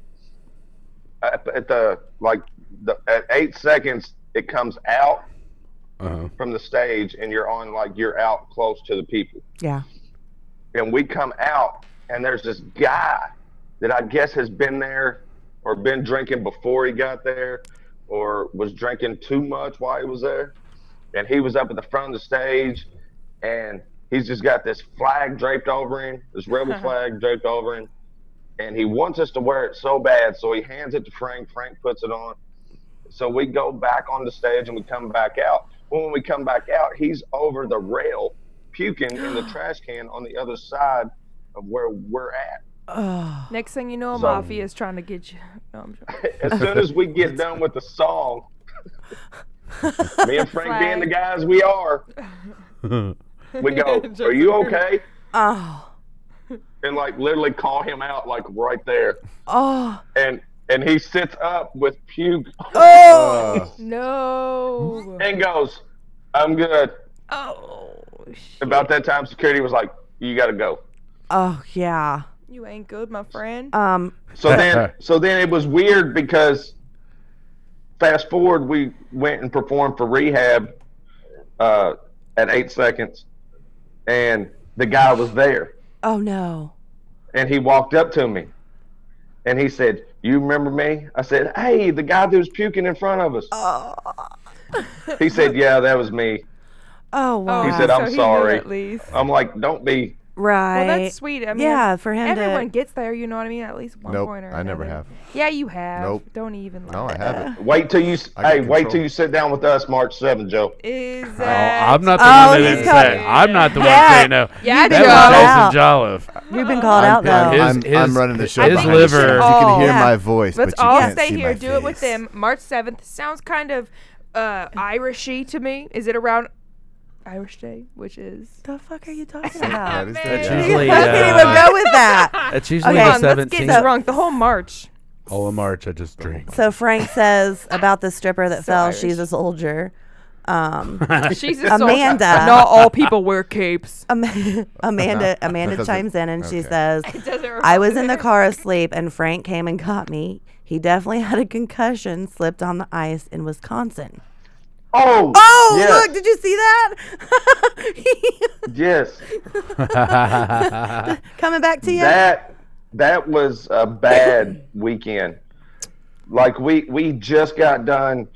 E: at, at the like the at eight seconds it comes out
C: Uh-huh.
E: from the stage and you're on like you're out close to the people
A: yeah.
E: and we come out and there's this guy that i guess has been there or been drinking before he got there or was drinking too much while he was there and he was up at the front of the stage and he's just got this flag draped over him this rebel flag draped over him and he wants us to wear it so bad so he hands it to frank frank puts it on so we go back on the stage and we come back out when we come back out he's over the rail puking in the trash can on the other side of where we're at.
B: Next thing you know, a
E: So-
B: mafia is trying to get you. No, I'm joking.
E: As soon as we get done with the song, me and Frank being the guys we are, we go, Are you okay?
A: Oh,
E: And like literally call him out like right there.
A: oh,
E: And and he sits up with puke
A: oh.
B: No.
E: and goes, I'm good.
B: Oh, sh-
E: About that time security was like, You gotta go.
A: Oh yeah.
B: you ain't good, my friend.
A: Um.
E: So then, so then it was weird because fast forward, we went and performed for rehab uh, at eight seconds, and the guy was there,
A: Oh no.
E: and he walked up to me, and he said, "You remember me?" I said, "Hey, the guy that was puking in front of us." he said, "Yeah, that was me."
A: Oh wow.
E: He said,
B: so
E: "I'm
B: he knew
E: sorry."
B: At least.
E: I'm like, "Don't be."
A: right.
B: Well, that's sweet. I mean,
A: yeah, for him to-
B: everyone gets there. You know what I mean? At least one
D: Nope,
B: point or
D: I never
B: another.
D: have.
B: Yeah, you have.
D: Nope.
B: Don't even lie.
D: No, I haven't.
E: Wait till you. s-
D: I got
E: Hey, wait till
D: control.
E: you sit down with us March 7th, Joe.
B: Is
C: Oh,
B: that?
C: I'm not the
A: Oh,
C: one that
A: he's
C: didn't
A: called-
C: say. I'm not the one
A: Yeah.
C: saying no.
B: Yeah,
A: Joe.
C: That was Jason Jolliffe.
A: You've been called out
D: I'm,
A: though.
D: I'm,
C: His-
D: I'm, I'm
C: his-
D: running the show.
C: his
D: behind the scenes.
C: liver-
D: You can hear
A: Yeah.
D: my voice,
B: Let's
D: but you
B: all
D: can't
B: stay
D: see
B: here.
D: my
B: Do it with
D: face.
B: them. March 7th sounds kind of uh, Irishy to me. Is it around Irish Day, which is?
A: the fuck are you talking about?
D: That is
C: That's
D: the-
C: usually
A: I can't even
C: uh,
A: go with that.
C: that's usually
A: Okay.
B: Come
C: the
B: on, um, let's get
C: 17th.
B: drunk. The whole March.
C: All of March, I just drink.
A: So Frank says about the stripper that fell.
B: Irish.
A: She's a soldier. Um,
B: She's a soldier.
A: Amanda.
B: Not all people wear capes.
A: Am- Amanda Amanda
D: Because of-
A: chimes in and she
D: okay.
A: says,
B: doesn't
A: "I was in the car asleep and Frank came and got me. He definitely had a concussion, slipped on the ice in Wisconsin."
E: Oh,
A: Oh,
E: yes,
A: look, did you see that?
E: yes.
A: Coming back to you.
E: that that was a bad weekend. Like we we just got done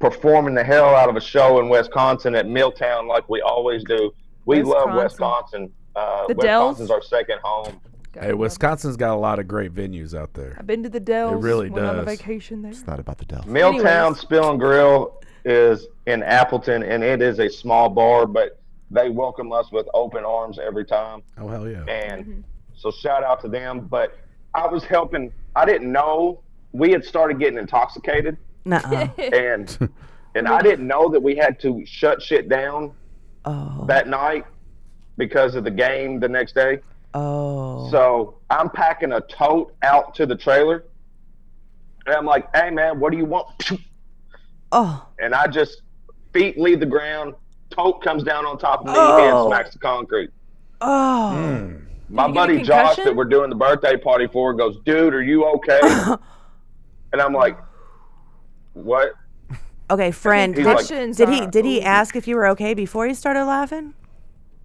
E: performing the hell out of a show in Wisconsin at Milltown, like we always do. We love
B: Wisconsin.
E: Wisconsin. Uh,
B: The Dells?
E: Wisconsin's our second home.
C: Hey, Wisconsin's got a lot of great venues out there.
B: I've been to the Dells.
C: really
B: went On a
C: does.
B: vacation there.
D: It's not about the Delph.
E: Milltown
B: Anyways.
E: Spill and Grill is in Appleton, and it is a small bar, but they welcome us with open arms every time.
C: Oh hell yeah!
E: and
A: Mm-hmm.
E: so shout out to them. But I was helping. I didn't know we had started getting intoxicated,
A: Nuh-uh.
E: and and I didn't know that we had to shut shit down
A: Oh,
E: that night because of the game the next day.
A: oh.
E: So I'm packing a tote out to the trailer, and I'm like, "Hey man, what do you want?"
A: Oh,
E: And I just feet leave the ground. Tote comes down on top of me and smacks the concrete.
A: oh.
E: My
B: you get a
E: buddy Josh
B: concussion?
E: that we're doing the birthday party for goes, dude, are you okay? and I'm like, what?
A: Okay, friend.
E: He's
A: Did,
E: like-
A: did he did he ask if you were okay before he started laughing?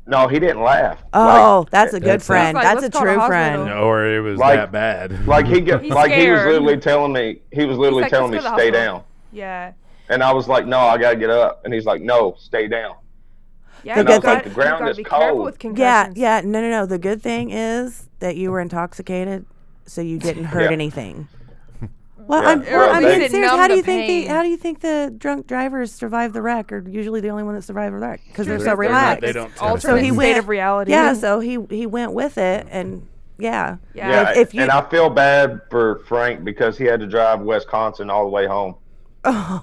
E: No, he didn't laugh.
A: Oh, that's a good
C: That's-
A: friend.
B: He's like,
A: That's a
B: "Let's call the
A: true friend.
B: hospital."
C: Or it was
E: Like-
C: that bad.
E: Like, like he get,
B: He's
E: like he was
B: scared.
E: literally telling me he was literally
B: like,
E: telling me
B: "Let's go to the
E: stay
B: hospital."
E: down,
B: Yeah.
E: and I was like, no, I gotta get up, and he's like, no, stay down.
B: Yeah,
A: And I
B: you
A: was like,
B: got-
E: the
B: you
E: ground
B: gotta
E: is
B: be careful
E: cold.
B: with
A: Yeah,
B: concussions.
A: yeah. No, no, no. The good thing is that you were intoxicated, so you didn't hurt
E: Yeah.
A: anything. Well,
E: Yeah,
A: I'm, well,
E: well,
A: I'm
E: they-
A: being
E: It
A: serious.
B: numbed
A: How do
B: the
A: you think the
B: pain.
A: how do you think the drunk drivers survive the wreck? Are usually the only one that survive the wreck because they're, so
B: They're
A: relaxed.
B: like
C: They
B: this
C: don't tell
B: alternate
C: So
A: he
B: state
A: went-
B: of reality.
A: yeah, so he he went with it, and yeah,
B: Yeah.
E: Yeah,
A: If, if you
E: and I feel bad for Frank because he had to drive Wisconsin all the way home.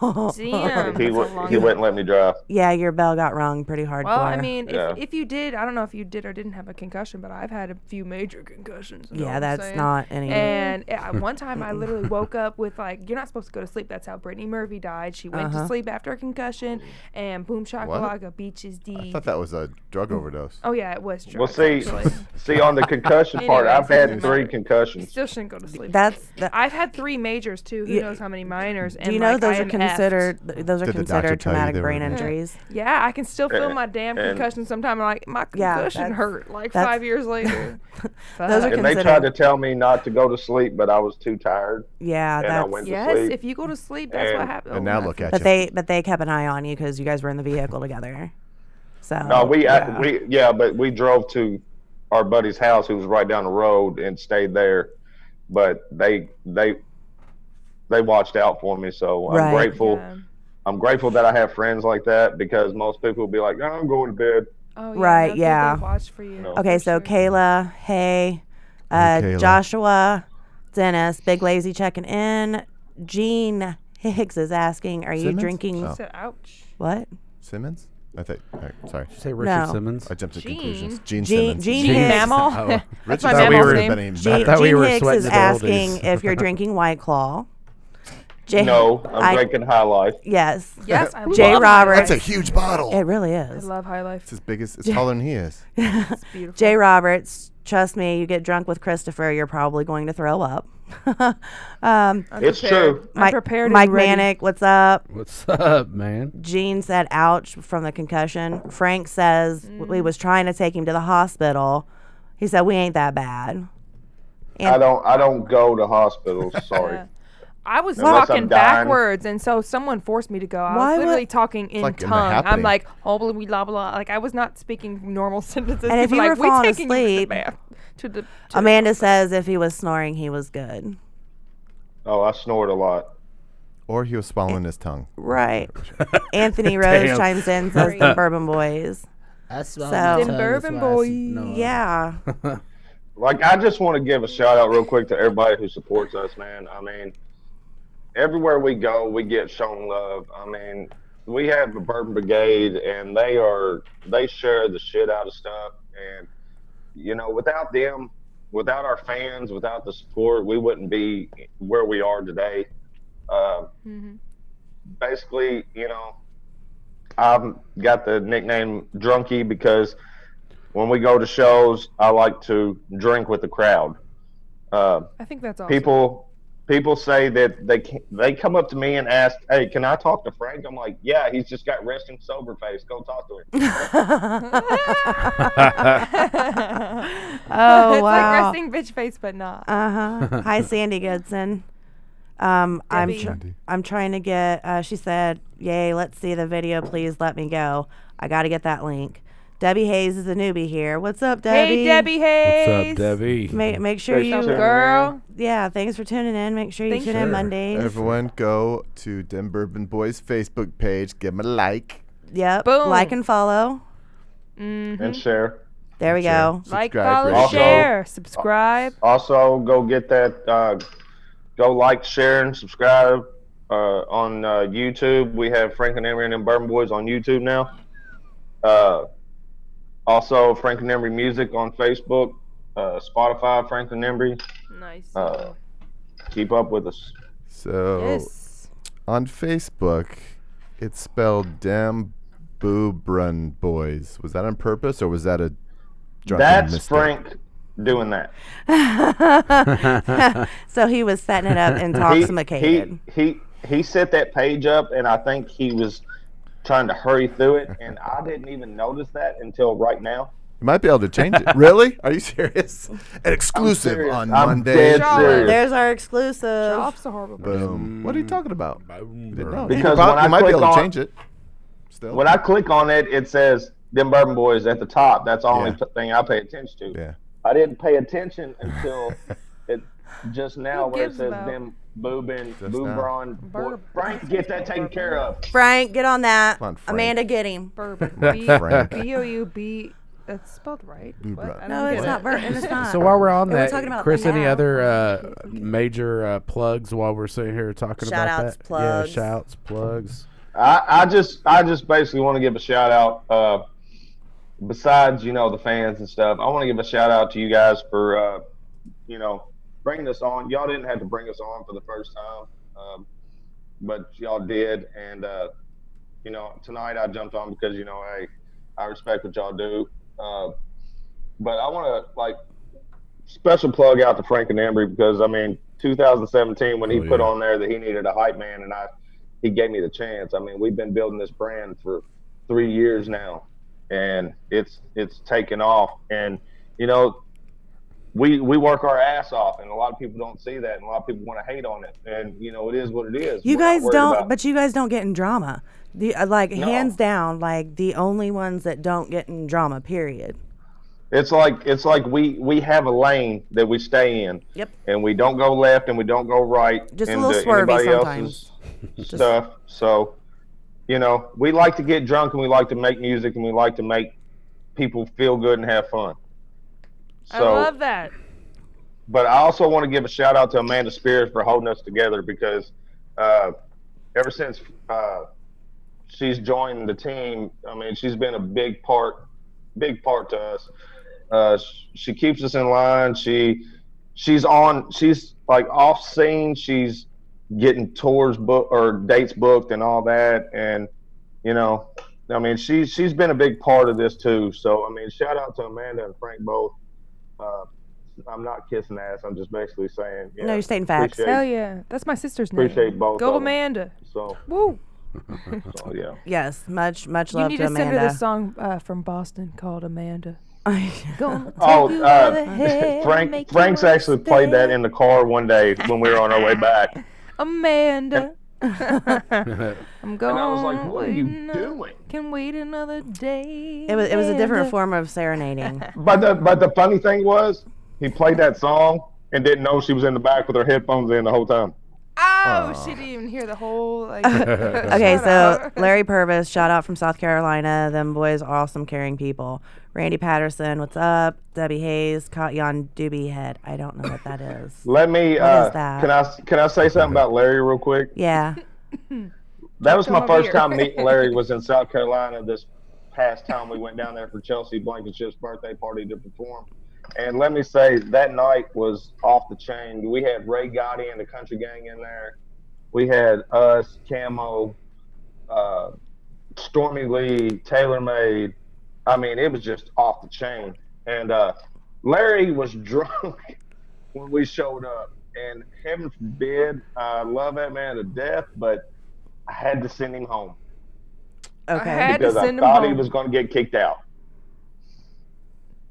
B: Damn.
E: He
B: that's a
E: would
B: long
E: he
B: time.
E: wouldn't let me drive.
A: Oh. yeah, your bell got rung pretty hardcore.
B: Well, I mean,
E: Yeah.
B: if, if you did, I don't know if you did or didn't have a concussion, but I've had a few major concussions. you know what
A: yeah,
B: I'm
A: that's
B: saying?
A: not any.
B: And at one time, I literally woke up with like, you're not supposed to go to sleep. That's how Brittany Murphy died. She went
A: Uh-huh.
B: to sleep after a concussion, and boom shakalaka, beaches
D: I
B: deep.
D: thought that was a drug overdose.
B: Oh yeah, it was drugs.
E: Well, see,
B: actually.
E: see on the concussion part,
B: Anyways,
E: I've had
B: doesn't
E: three
B: matter.
E: concussions.
B: still shouldn't go to sleep.
A: that's that,
B: I've had three majors too. Who
A: Yeah.
B: knows how many minors? And
A: do you know
B: like,
A: those
B: I
A: are
B: am effed.
A: considered th- those are
D: Did the doctor tell you
A: considered traumatic
D: they were
A: brain
D: in it?
A: injuries?
B: Yeah, I can still feel
E: And-
B: my damn
E: and-
B: concussion. Sometimes like my
A: Yeah,
B: concussion
A: that's-
B: hurt. Like
A: that's-
B: five years later.
A: Those are
B: Fuck.
E: And they
A: considered.
E: tried to tell me not to go to sleep, but I was too tired.
A: yeah,
E: and I
A: that's
E: went to
B: Yes,
E: sleep.
B: if you go to sleep, that's what Oh
E: And-
B: happens.
D: And now look at
A: But
D: you.
A: they but they kept an eye on you because you guys were in the vehicle together. So
E: No, we yeah. we yeah, but we drove to our buddy's house, who was right down the road, and stayed there. But they they they watched out for me, so
A: Right.
E: I'm grateful. I'm grateful that I have friends like that because most people will be like, "Oh, "I'm going to bed,"
B: Oh, yeah,
A: Right,
B: that's what they
A: yeah.
B: Watch for you.
A: Okay, so Kayla, Hay, uh,
D: Kayla.
A: Joshua, Dennis, Big Lazy checking in. Gene Higgs is asking, "Are you
D: Simmons?
A: drinking
D: Oh.
B: Said, ouch.
A: what?"
D: Simmons? I think. all right, sorry,
C: Say Richard
A: No.
C: Simmons.
D: I jumped to
B: Gene.
D: conclusions. Gene,
A: Gene-
D: Simmons.
A: Gene
C: Gene
A: Higgs.
B: Mammal.
C: Oh.
B: That's
D: Richard
B: my
C: I thought we
B: mammal's
C: were-
B: name.
C: I
A: Gene,
C: thought we
A: Gene
C: were
A: Hicks
C: sweating
A: is
C: the oldies.
A: asking if you're drinking White Claw. J-
E: No, I'm
A: I-
E: drinking High Life.
A: Yes,
B: Yes, I
A: Jay
B: love
A: Roberts.
D: That's a huge bottle.
A: it really
B: I
A: is.
B: love High
D: It's
B: Life.
D: as big as it's taller than he is.
B: It's beautiful.
A: Jay Roberts, trust me, you get drunk with Christopher, you're probably going to throw up. um,
E: It's
B: prepared.
E: true.
B: I'm
A: Mike,
B: prepared and
A: Mike
B: ready.
A: Manic, what's up?
C: What's up, man?
A: Gene said, ouch, from the concussion. Frank says,
B: Mm.
A: we was trying to take him to the hospital. He said, we ain't that bad.
E: I don't. I don't go to hospitals. Sorry.
B: I was
E: Unless I'm
B: talking
E: dying.
B: backwards, and so someone forced me to go. I
A: Why
B: was
A: would-
B: literally talking in
D: like in the
B: tongue. I'm
D: happening.
B: like, oh, blah, blah, blah, blah. Like, I was not speaking normal sentences.
A: And if
B: People
A: you
B: like,
A: were
B: "We
A: falling
B: taking you to the
A: asleep-
B: bath- to the, to
A: Amanda says, if he was snoring, he was good.
E: Oh, I snort a lot.
D: Or he was swallowing his tongue.
A: Right. Anthony Rose
C: Damn.
A: chimes in, says the Bourbon Boys.
F: That's
A: So-
B: Them bourbon boys.
A: Yeah.
E: Like I just want to give a shout out real quick to everybody who supports us, man. I mean, everywhere we go, we get shown love. I mean, we have the Bourbon Brigade, and they are they share the shit out of stuff. And you know, without them, without our fans, without the support, we wouldn't be where we are today. Um,
B: Mhm.
E: basically, you know, I've got the nickname Drunky because when we go to shows, I like to drink with the crowd. Uh,
B: I think that's all.
E: people people say that they can, they come up to me and ask, "Hey, can I talk to Frank?" I'm like, "Yeah, he's just got resting sober face. Go talk to him."
A: Oh,
B: it's
A: wow.
B: like resting bitch face, but not.
A: Uh huh. Hi, Sandy Goodson. Um, I'm
B: Debbie.
A: tr- I'm trying to get. Uh, she said, "Yay, let's see the video, please. Let me go. I got to get that link." Debbie Hayes is a newbie here. What's up, Debbie?
B: Hey, Debbie Hayes.
C: What's up, Debbie?
A: Make, make sure
E: Thanks,
A: you.
E: Debbie.
B: Girl.
A: Yeah, thanks for tuning in. Make sure you
B: Thank
A: tune
C: you.
A: in Mondays.
D: Everyone go to Den Bourbon Boys Facebook page. Give them a like.
A: Yep.
B: Boom.
A: Like and follow.
E: And share.
A: There we go.
B: Like,
D: Subscribe,
B: follow,
D: rate.
E: Also-
B: share, subscribe.
E: Also, go get that. Uh, go like, share, and subscribe uh, on uh, YouTube. We have Frank and Emery and them Bourbon Boys on YouTube now. Uh, also, Frank and Emery Music on Facebook, uh, Spotify, Frank and Emery.
B: Nice.
E: Uh, keep up with us.
C: Oh.
D: So
B: yes.
D: on Facebook, it's spelled Dem Bourbon Boys. Was that on purpose or was that a drunken
E: That's
D: mistake?
E: Frank doing that.
A: So he was setting it up
E: He,
A: intoxicated.
E: he, he, he set that page up, and I think he was trying to hurry through it, and I didn't even notice that until right now.
D: You might be able to change it. really? Are you serious? An exclusive
E: serious.
D: on
E: I'm
D: Monday.
E: dead serious.
A: There's our exclusive.
B: Job's a horrible person.
D: Boom. What are you talking about? You didn't know. you
E: Because
D: prob-
E: when I
D: you might be
E: click
D: able to
E: on-
D: change it. Still.
E: When I click on it, it says "Them Bourbon Boys" at the top. That's the only
D: Yeah.
E: p- thing I pay attention to.
D: yeah.
E: I didn't pay attention until it just now
B: Who
E: where it
B: gives
E: says
B: about-
E: "Them Boobin
D: Just now.
E: Boobron." Boy-
B: Bourbon.
E: Frank, get that taken care of.
A: Frank, get on that.
D: Come on, Frank.
A: Amanda, get him.
B: Bourbon.
D: Frank.
B: B O U B. That's spelled right. What?
D: Bourbon.
B: I
A: No,
B: don't
A: it's
B: get
A: not
B: it.
A: Burton. It's not.
C: So while we're on
A: And we're
C: that,
A: talking about
C: Chris, any
A: now.
C: other uh, major uh, plugs while we're sitting here talking about
A: Shout-outs,
C: that?
A: plugs.
C: Yeah, shouts, plugs.
E: I, I just I just basically want to give a shout out. Uh, besides, you know, the fans and stuff, I want to give a shout out to you guys for, uh, you know, bringing us on. Y'all didn't have to bring us on for the first time, um, but y'all did. And uh, you know, tonight I jumped on because you know, hey, I respect what y'all do. Uh, but I want to like special plug out to Frank and Embry because I mean, 2017 when he
C: Oh,
E: put
C: yeah.
E: on there that he needed a hype man, and I he gave me the chance. I mean, we've been building this brand for three years now, and it's it's taken off. And you know, we we work our ass off, and a lot of people don't see that, and a lot of people want to hate on it. And you know, it is what it is.
A: You
E: We're not
A: guys
E: worried
A: don't,
E: about-
A: but you guys don't get in drama. The, uh, like
E: No.
A: hands down, like the only ones that don't get in drama. Period.
E: It's like it's like we we have a lane that we stay in.
A: Yep.
E: And we don't go left and we don't go right.
A: Just a
E: into
A: little swervy
E: anybody
A: sometimes.
E: else's Stuff. So, you know, we like to get drunk and we like to make music and we like to make people feel good and have fun.
B: I love that.
E: but I also want to give a shout out to Amanda Spears for holding us together because uh, ever since uh, she's joined the team, I mean, she's been a big part, big part to us. Uh, sh- she keeps us in line. She she's on. She's like off scene. She's getting tours book or dates booked and all that. And you know, I mean, she's she's been a big part of this too. So I mean, shout out to Amanda and Frank both. Uh, I'm not kissing ass. I'm just basically saying. Yeah,
A: No, you're stating facts.
E: Appreciate,
B: Hell yeah. That's my sister's name.
E: appreciate both. of
B: Go
E: 'em.
B: Amanda.
E: So,
B: Woo.
E: so yeah.
A: Yes, much much
B: You
A: love
B: need
A: to
B: to send her
A: Amanda.
B: this song uh, from Boston called Amanda. Go.
E: Oh, uh, Frank. Frank's actually played that in the car one day when we were on our way back,
B: Amanda. I'm going.
E: and I was like, "What are
B: waiting
A: Oh,
E: you
B: a-
E: doing?"
B: Can wait another day.
A: It was it was a different
B: Amanda.
A: form of serenading.
E: But the but the funny thing was, he played that song and didn't know she was in the back with her headphones in the whole time.
B: Oh, she didn't even hear the whole. Like,
A: Okay,
B: Shut
A: so
B: up.
A: Larry Purvis, shout out from South Carolina. Them boys are awesome, caring people. Randy Patterson, what's up? Debbie Hayes, caught you on Doobie Head. I don't know what that is.
E: Let
A: What
E: me.
A: is
E: Uh,
A: that?
E: Can I s- can I say something about Larry real quick?
A: Yeah.
E: That was my
B: come over here.
E: first time meeting Larry. Was in South Carolina this past time we went down there for Chelsea Blankenship's birthday party to perform. And let me say that night was off the chain. We had Ray Gotti and the Country Gang in there. We had us, Camo, uh, Stormy Lee, Taylor Made. I mean, it was just off the chain. And uh, Larry was drunk when we showed up. And heaven forbid, I love that man to death, but I had to send him home
B: I
A: Okay.
B: had- to
E: because I
B: send him
E: thought he
B: home.
E: was going to get kicked out.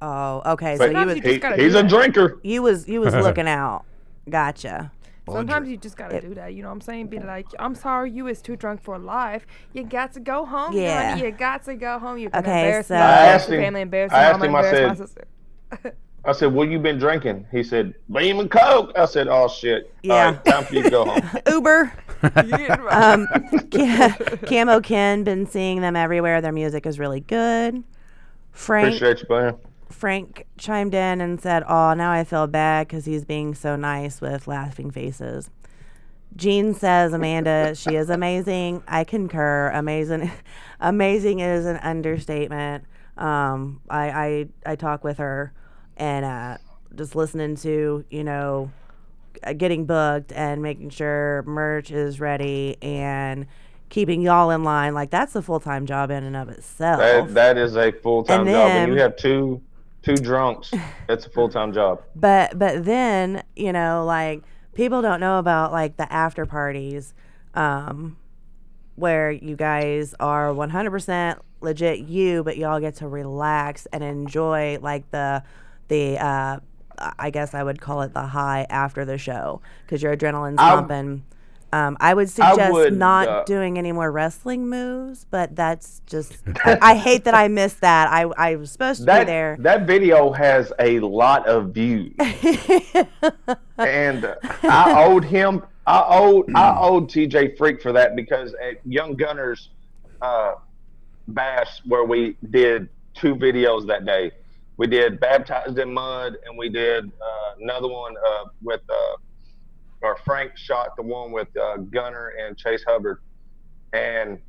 A: Oh, okay. So you
E: But
B: Sometimes
A: was
B: you
E: he-
B: just gotta
E: he's
B: do
E: a
B: that.
E: drinker.
A: you was you was looking out. Gotcha.
B: Sometimes you just gotta do that. You know what I'm saying? Be like, I'm sorry, you is too drunk for life. You got to go home.
A: Yeah.
B: Yeah. You got to go home. You can
A: Okay,
B: embarrass
A: so-
B: me.
A: I
B: embarrass
E: asked
B: your
E: him-
B: family, embarrass
E: I
B: your
E: asked
B: mama,
E: him, I
B: embarrass my
E: said-
B: sister.
E: I said, "Well, you been drinking." He said, "Beam and Coke." I said, "Oh shit!
A: Yeah.
E: All right, time for you to go home."
A: Uber.
B: You didn't right.
A: Um, Ca- Camo Ken, been seeing them everywhere. Their music is really good. Frank
E: Appreciate you, man.
A: Frank chimed in and said, "Oh, now I feel bad because he's being so nice with laughing faces." Jean says, "Amanda, she is amazing. I concur. Amazing, amazing is an understatement. Um, I, I I talk with her, and uh, just listening to you know, uh, getting booked and making sure merch is ready and." Keeping y'all in line, like that's a full time job in and of itself.
E: That that is a full time
A: And
E: job.
A: then-
E: When you have two two drunks, that's a full time job.
A: but but then you know like people don't know about like the after parties um where you guys are 100% legit you but y'all get to relax and enjoy like the the uh i guess i would call it the high after the show because your adrenaline's
E: I-
A: pumping um, I would suggest
E: would,
A: not
E: uh,
A: doing any more wrestling moves, but that's just. I, I hate that I missed that. I, I was supposed to
E: That
A: be there.
E: that video has a lot of views, and I owed him. I owed I owed TJ Freak for that because at Young Gunners uh, bash where we did two videos that day, we did baptized in mud and we did uh, another one uh, with uh, or Frank shot the one with uh, Gunner and Chase Hubbard, and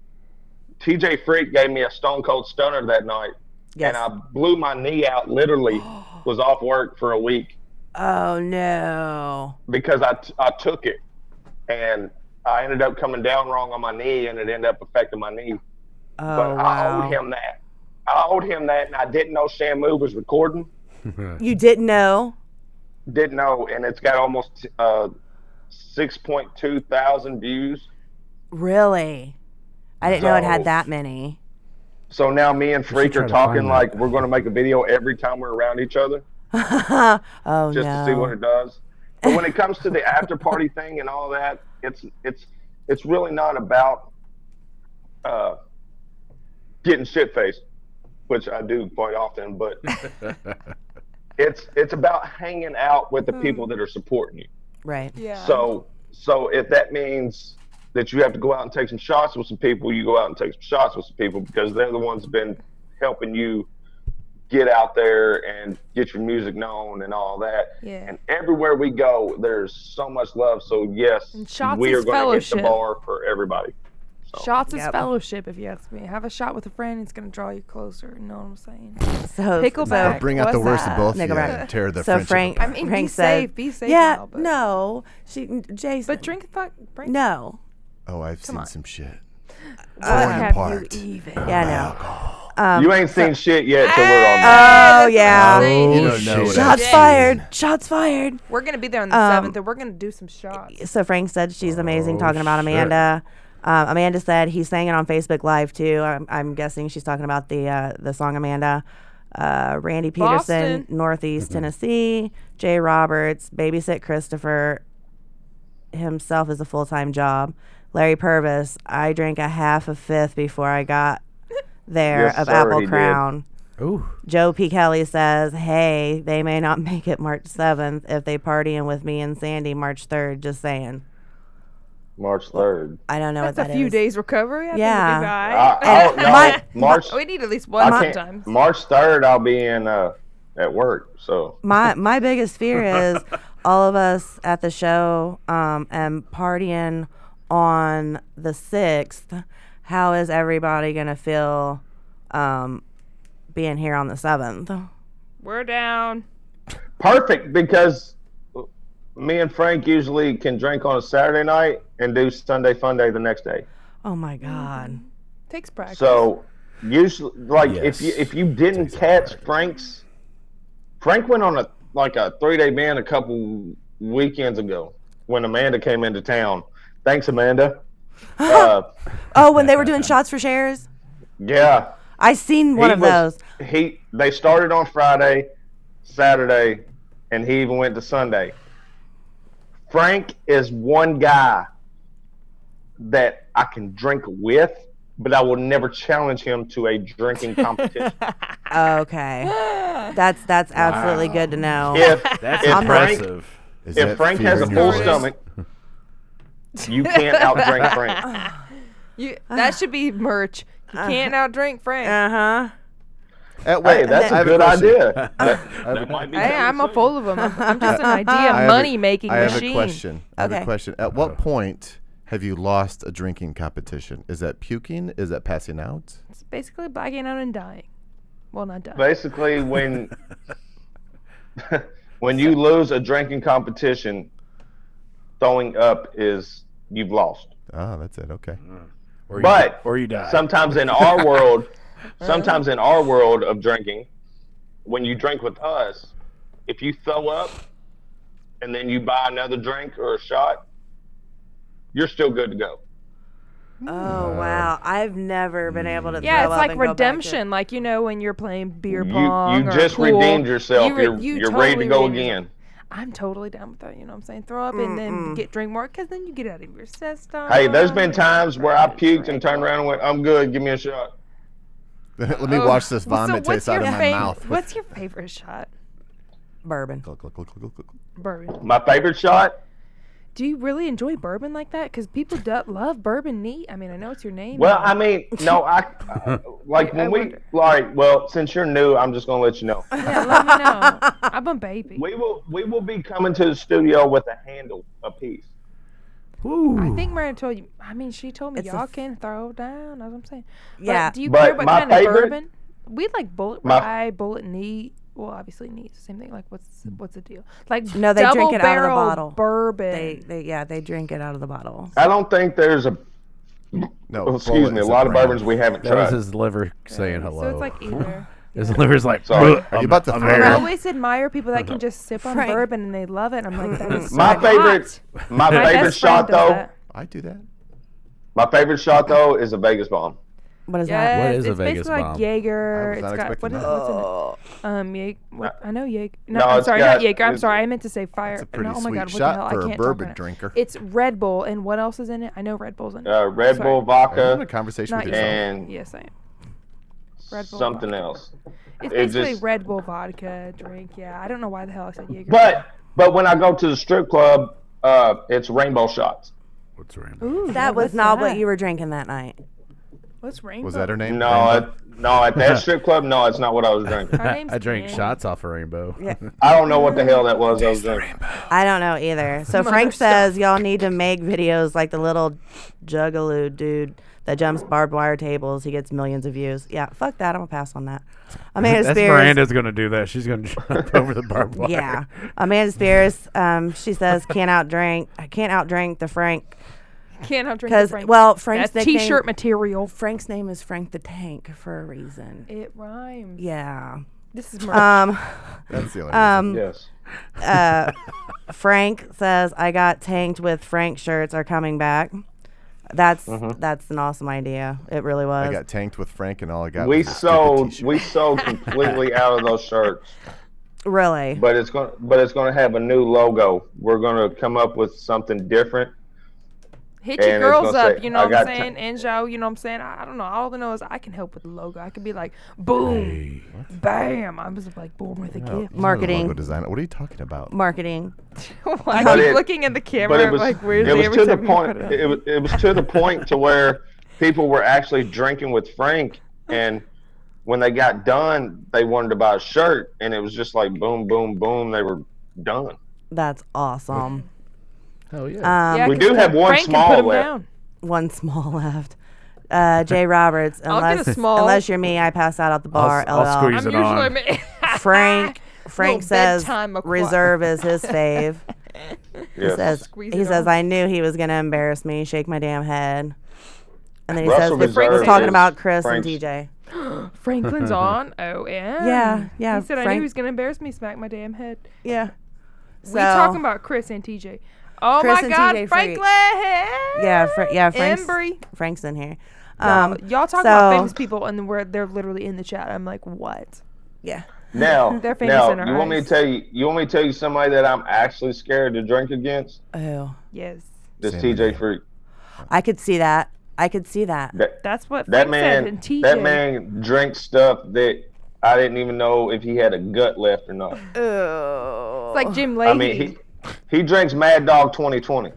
E: TJ Freak gave me a Stone Cold Stunner that night
A: Yes.
E: and I blew my knee out. Literally, was off work for a week
A: oh no.
E: because I, t- I took it, and I ended up coming down wrong on my knee, and it ended up affecting my knee.
A: Oh wow.
E: But I owed him that. I owed him that, and I didn't know Shamu was recording.
A: You didn't know?
E: Didn't know, and it's got almost uh, six point two thousand views.
A: Really? I didn't know it
E: No.
A: had that many.
E: So now me and Freak
C: try
E: are
C: to find
E: talking
C: that.
E: like we're going to make a video every time we're around each other.
A: oh no.
E: just to see what it does. But when it comes to the after party thing and all that, it's it's it's really not about uh, getting shit faced, which I do quite often. But it's it's about hanging out with the people
A: Hmm.
E: that are supporting you.
A: right.
B: yeah.
E: So so if that means that you have to go out and take some shots with some people, you go out and take some shots with some people because they're the ones been helping you get out there and get your music known and all that.
B: Yeah.
E: And everywhere we go, there's so much love. So yes,
B: And shots
E: we
B: is
E: are going to get
B: fellowship.
E: the bar for everybody.
D: Oh,
B: Shots is
A: Yep.
B: fellowship, if you ask me. Have a shot with a friend, it's going to draw you closer. You know what I'm saying?
A: So
B: Pickleback.
A: so-
D: Bring out the
B: What's
D: worst
B: that?
D: of both of you
A: Nickelback.
D: and tear the
A: so
D: friendship
A: Frank,
D: apart.
B: I mean, be
A: Frank said,
B: safe, be safe and
A: Yeah,
B: all, but-
A: no, she, Jason.
B: But drink, fuck, drink.
A: no. uh,
D: Oh, I've seen
B: on.
D: some shit.
B: What
D: Torn
B: have
D: apart.
B: you even?
A: Yeah, no.
B: Um,
E: you ain't seen shit yet till we're on.
B: Ah.
A: Oh yeah.
B: Oh,
D: you don't know what I've
A: Shots
D: seen.
A: fired. Shots fired.
B: We're going to be there on the
A: Um,
B: 7th and we're going to do some shots.
A: So Frank said she's amazing
C: Oh,
A: talking about
C: shit.
A: Amanda. Um, Amanda said he sang it on Facebook Live too. I'm, I'm guessing she's talking about the uh, the song Amanda. Uh, Randy Peterson,
B: Boston.
A: Northeast
E: Mm-hmm.
A: Tennessee. Jay Roberts, babysit Christopher. Himself is a full time job. Larry Purvis, I drank a half a fifth before I got there
E: Yes,
A: of
E: sir, he
A: Apple
E: did.
A: Crown.
C: Ooh.
A: Joe P. Kelly says, Hey, they may not make it March 7th if they partying with me and Sandy March 3rd. Just saying.
E: March third.
A: I don't know
B: That's
A: what
B: a
A: that
B: few
A: is.
B: days recovery. I
A: Yeah.
B: Think
E: I, will
A: my-
D: Ah.
E: March.
B: we'll be fine. we need at least
E: I
B: one
E: can't-
B: sometimes.
E: March third, I'll be in uh, at work. So
A: My, my biggest fear is all of us at the show um, and partying on the 6th. How is everybody going to feel um, being here on the 7th?
B: We're down.
E: perfect because me and Frank usually can drink on a Saturday night and do Sunday fun day the next day.
A: Oh my God.
B: Takes practice.
E: So usually, like if you
C: Yes.
E: if you didn't catch Frank's, Frank went on a like a three day ban a couple weekends ago when Amanda came into town. Thanks, Amanda. Uh,
A: Oh, when they were doing shots for shares?
E: yeah,
A: I seen one
E: He
A: of
E: was-
A: those.
E: he they started on Friday, Saturday, and he even went to Sunday. Frank is one guy that I can drink with, but I will never challenge him to a drinking competition.
A: Okay. That's that's absolutely good to know.
E: if
C: That's
E: if Frank
C: impressive.
D: Is
E: if
D: that
E: Frank
D: fear
E: has a
D: in your
E: full
D: voice?
E: stomach, you can't outdrink Frank.
B: you, that should be merch. You can't outdrink Frank.
A: Uh-huh. Uh huh.
D: Uh,
E: Hey,
D: wait,
E: that's
D: I
E: a
D: have
E: good
D: question.
E: idea.
B: Hey, I'm a full of them. I'm just an idea
D: I have a-
B: money making
D: I have
B: machine.
D: a question. I have
A: Okay.
D: a question. At what
E: Uh-huh.
D: point have you lost a drinking competition? Is that puking? Is that passing out?
B: It's basically blacking out and dying. Well, not dying.
E: Basically, when when you lose a drinking competition, throwing up is you've lost.
D: Oh, that's it. Okay.
C: Or you,
E: But
C: or you die. Uh-huh.
E: Sometimes in our world, sometimes in our world of drinking, when you drink with us, if you throw up and then you buy another drink or a shot, you're still good to go. Uh,
A: Oh wow! I've never been able
E: mm.
A: to.
B: yeah,
A: throw
B: it's
A: up
B: like
A: and go back to-
B: redemption. Like you know when you're playing beer
E: You,
B: pong.
E: you
B: or
E: just
B: pool,
E: redeemed yourself.
B: you
E: You
B: re-
E: are
B: you
E: you're ready to
B: totally
E: go
B: redeemed yourself.
E: again.
B: I'm totally down with that. You know what I'm saying? Throw up and then get drink more because then you get out of your system.
E: Hey, there's been times where I puked and turned around and went, "I'm good. Give me a shot."
D: Let me
B: Oh,
D: wash this
B: so
D: vomit
B: what's
D: taste out of
B: your
D: my
B: fav-
D: mouth.
B: What's your favorite shot?
A: bourbon.
D: Look, look, look, look, look.
B: Bourbon.
E: My favorite shot
B: Do you really enjoy bourbon like that? Because people do love bourbon neat. I mean, I know it's your name.
E: Well,
B: and-
E: I mean, no, I uh, like when
B: I
E: we
B: wonder.
E: like. Well, since you're new, I'm just gonna let you know.
B: yeah, let me know. I'm a baby.
E: We will we will be coming to the studio with a handle apiece.
B: I
E: Hmm.
B: think Miranda told you. I mean, she told me
A: It's a
B: y'all
A: f-
B: can throw down. That's what I'm saying. But
A: Yeah.
B: do you
E: But
B: care what
E: my
B: kind
E: favorite-
B: of bourbon? We like bullet
E: My-
B: rye, bullet neat. Well, obviously neat's the same thing. Like, what's
E: Hmm.
B: what's the deal? Like,
A: No, they drink it out
B: double
A: of the
B: barrel
A: bottle.
B: Bourbon.
A: They, they, yeah, they drink it out of the bottle.
E: I don't think there's a
D: No,
E: oh, excuse
D: bullet
E: me a
D: is
E: lot of
D: brand.
E: bourbons we haven't
C: that was
E: tried.
C: his liver saying hello.
B: so it's like either.
C: his liver's like.
E: Sorry.
C: "Ugh,
D: Are
C: I'm-
D: you about to
C: I'm
D: throw
C: there."
B: I
D: up?
B: always admire people that can just sip on
A: Frank.
B: bourbon and they love it. I'm like, that is so
E: My favorite
B: hot.
E: my,
B: My
E: favorite
B: best friend
E: shot
B: does
E: though
B: that.
D: I do that.
E: my favorite shot though is a Vegas bomb.
A: What is
B: Yes,
C: What is a
B: it's
C: Vegas
B: basically
C: bomb?
B: like
D: I
B: Jaeger.
D: was
B: It's
D: not
B: got what
D: expecting
B: is,
D: that. Uh,
B: what's in it? Um, Jaeger. What, I know Jaeger. No,
E: No,
B: I'm
E: it's
B: sorry,
E: got-
B: not Jaeger. I'm
E: it's-
B: sorry, I meant to say fire.
D: It's a pretty
B: no, oh my
D: sweet
B: God, what
D: shot
B: the hell? I
D: for a
B: can't talk
D: bourbon
B: right now.
D: drinker.
B: It's Red Bull, and what else is in it? I know Red Bull's in it.
E: Uh, Red
B: Sorry.
E: Bull
D: Are you having a
E: vodka
D: conversation
B: Not
D: with
B: you.
D: yourself?
E: and
B: Yes, I am. Red Bull
E: something
B: vodka.
E: else.
B: It's
E: it
B: basically
E: just-
B: Red Bull vodka drink. Yeah, I don't know why the hell I said Jaeger.
E: But but when I go to the strip club, uh, it's rainbow shots.
C: What's wrong?
B: Ooh,
A: that? That was
B: what's
A: not what
B: that?
A: you were drinking that night.
B: What's Rainbow?
D: Was that her name?
E: No,
D: Rainbow?
E: at, no, at that strip club, no, it's not what I was drinking.
B: Her name's
C: I drank
B: Ann.
C: shots off a rainbow.
E: I don't know what the hell that was I was drinking.
A: I don't know either. So Frank says y'all need to make videos like the little juggaloo dude that jumps barbed wire tables. He gets millions of views. Yeah, fuck that. I'm gonna pass on that. Amanda
C: That's
A: Spears.
C: Miranda's gonna do that. She's gonna jump over the barbed wire.
A: Yeah, Amanda Spears. Um, she says can't outdrink. I can't outdrank the Frank
B: Can't I drink the
A: because
B: Frank?
A: well Frank's
B: That's
A: nickname,
B: t-shirt material.
A: Frank's name is Frank the Tank for a reason.
B: It rhymes.
A: Yeah.
B: This is merch.
A: Um.
D: That's the only
A: Um.
E: Yes.
A: uh, Frank says I got tanked with Frank shirts are coming back. That's that's an awesome idea. It really was.
D: I got tanked with Frank, and all I got
E: We
D: was a stupid
E: sold
D: t-shirt.
E: we sold completely out of those shirts.
A: really.
E: But it's going to but it's going to have a new logo. We're going to come up with something different.
B: Hit your
E: and it's
B: girls
E: gonna
B: up,
E: say,
B: you know
E: I
B: what I'm
E: got ta-
B: saying? Enjo, you know what I'm saying? I, I don't know. All I know is I can help with the logo. I could be like, boom, bam. I'm just like born with a gift.
D: You're the
A: Marketing.
D: logo designer. What are you talking about?
A: Marketing.
B: I
E: But
B: keep
E: it-
B: looking at the
E: But
B: camera.
E: it
B: I'm
E: was
B: like, where's
E: it was
B: every
E: to the
B: time you
E: point
B: put it up?
E: it, was- it was to the point to where people were actually drinking with Frank and when they got done, they wanted to buy a shirt and it was just like boom boom boom they were done.
A: That's awesome.
D: Hell yeah!
A: Um,
B: Yeah,
E: we
B: 'cause
E: do have one
B: Frank can
E: small
B: put 'em
E: left.
B: down.
A: One small left. Uh, Jay Roberts.
B: I'll get a
A: Unless
B: small.
A: unless you're me, I pass out at the bar.
C: I'll
A: LOL.
B: I'm
C: squeeze Is it
B: usually
C: on?
B: ma-
A: Frank. Frank
B: Little
A: says
B: bedtime acqui-
A: reserve is his fave.
E: Yes.
A: says
B: Squeeze
A: he
B: it
A: says
B: on.
A: I knew he was gonna embarrass me. Shake my damn head. And then he
E: Russell
A: says
E: Reserve
A: he's talking
E: is
A: about Chris
E: Frank's-
A: and DJ.
B: Franklin's on. Oh
A: Yeah, yeah,
B: He said I knew
A: Frank-
B: he was gonna embarrass me. Smack my damn head.
A: Yeah. So,
B: we talking about Chris and TJ. Oh
A: Chris
B: my
A: and TJ
B: God,
A: Freak.
B: Franklin.
A: yeah, Fra- yeah, Frank's,
B: Embry.
A: Frank's in here.
B: Um,
A: Um,
B: y'all talk about
A: so-
B: famous people, and we're, they're literally in the chat. I'm like, what?
A: yeah.
E: Now,
B: They're famous
E: now,
B: in our
E: you want me
B: eyes.
E: to tell you? You want me to tell you somebody that I'm actually scared to drink against?
A: Oh,
B: Yes,
E: This
D: Sam
E: TJ
D: Renee.
E: Freak.
A: I could see that. I could see that.
E: That
B: that's what
E: that
B: Frank said.
E: man,
B: And TJ.
E: that man drinks stuff that I didn't even know if he had a gut left or not.
B: It's like Jim Leahy.
E: I mean, he he drinks Mad Dog 2020.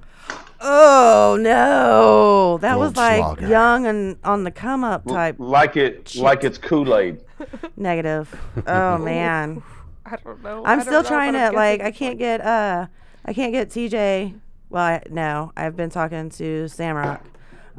A: Oh no, that was like
D: Goldschlager.
A: young and on the come up type
E: Like it, like it's Kool Aid.
A: negative. Oh man,
B: I don't know.
A: I'm
B: I don't
A: still
B: know,
A: trying
B: but I'm
A: to like. I
B: guessing-
A: can't get uh, I can't get TJ. Well, I, no, I've been talking to Samrock.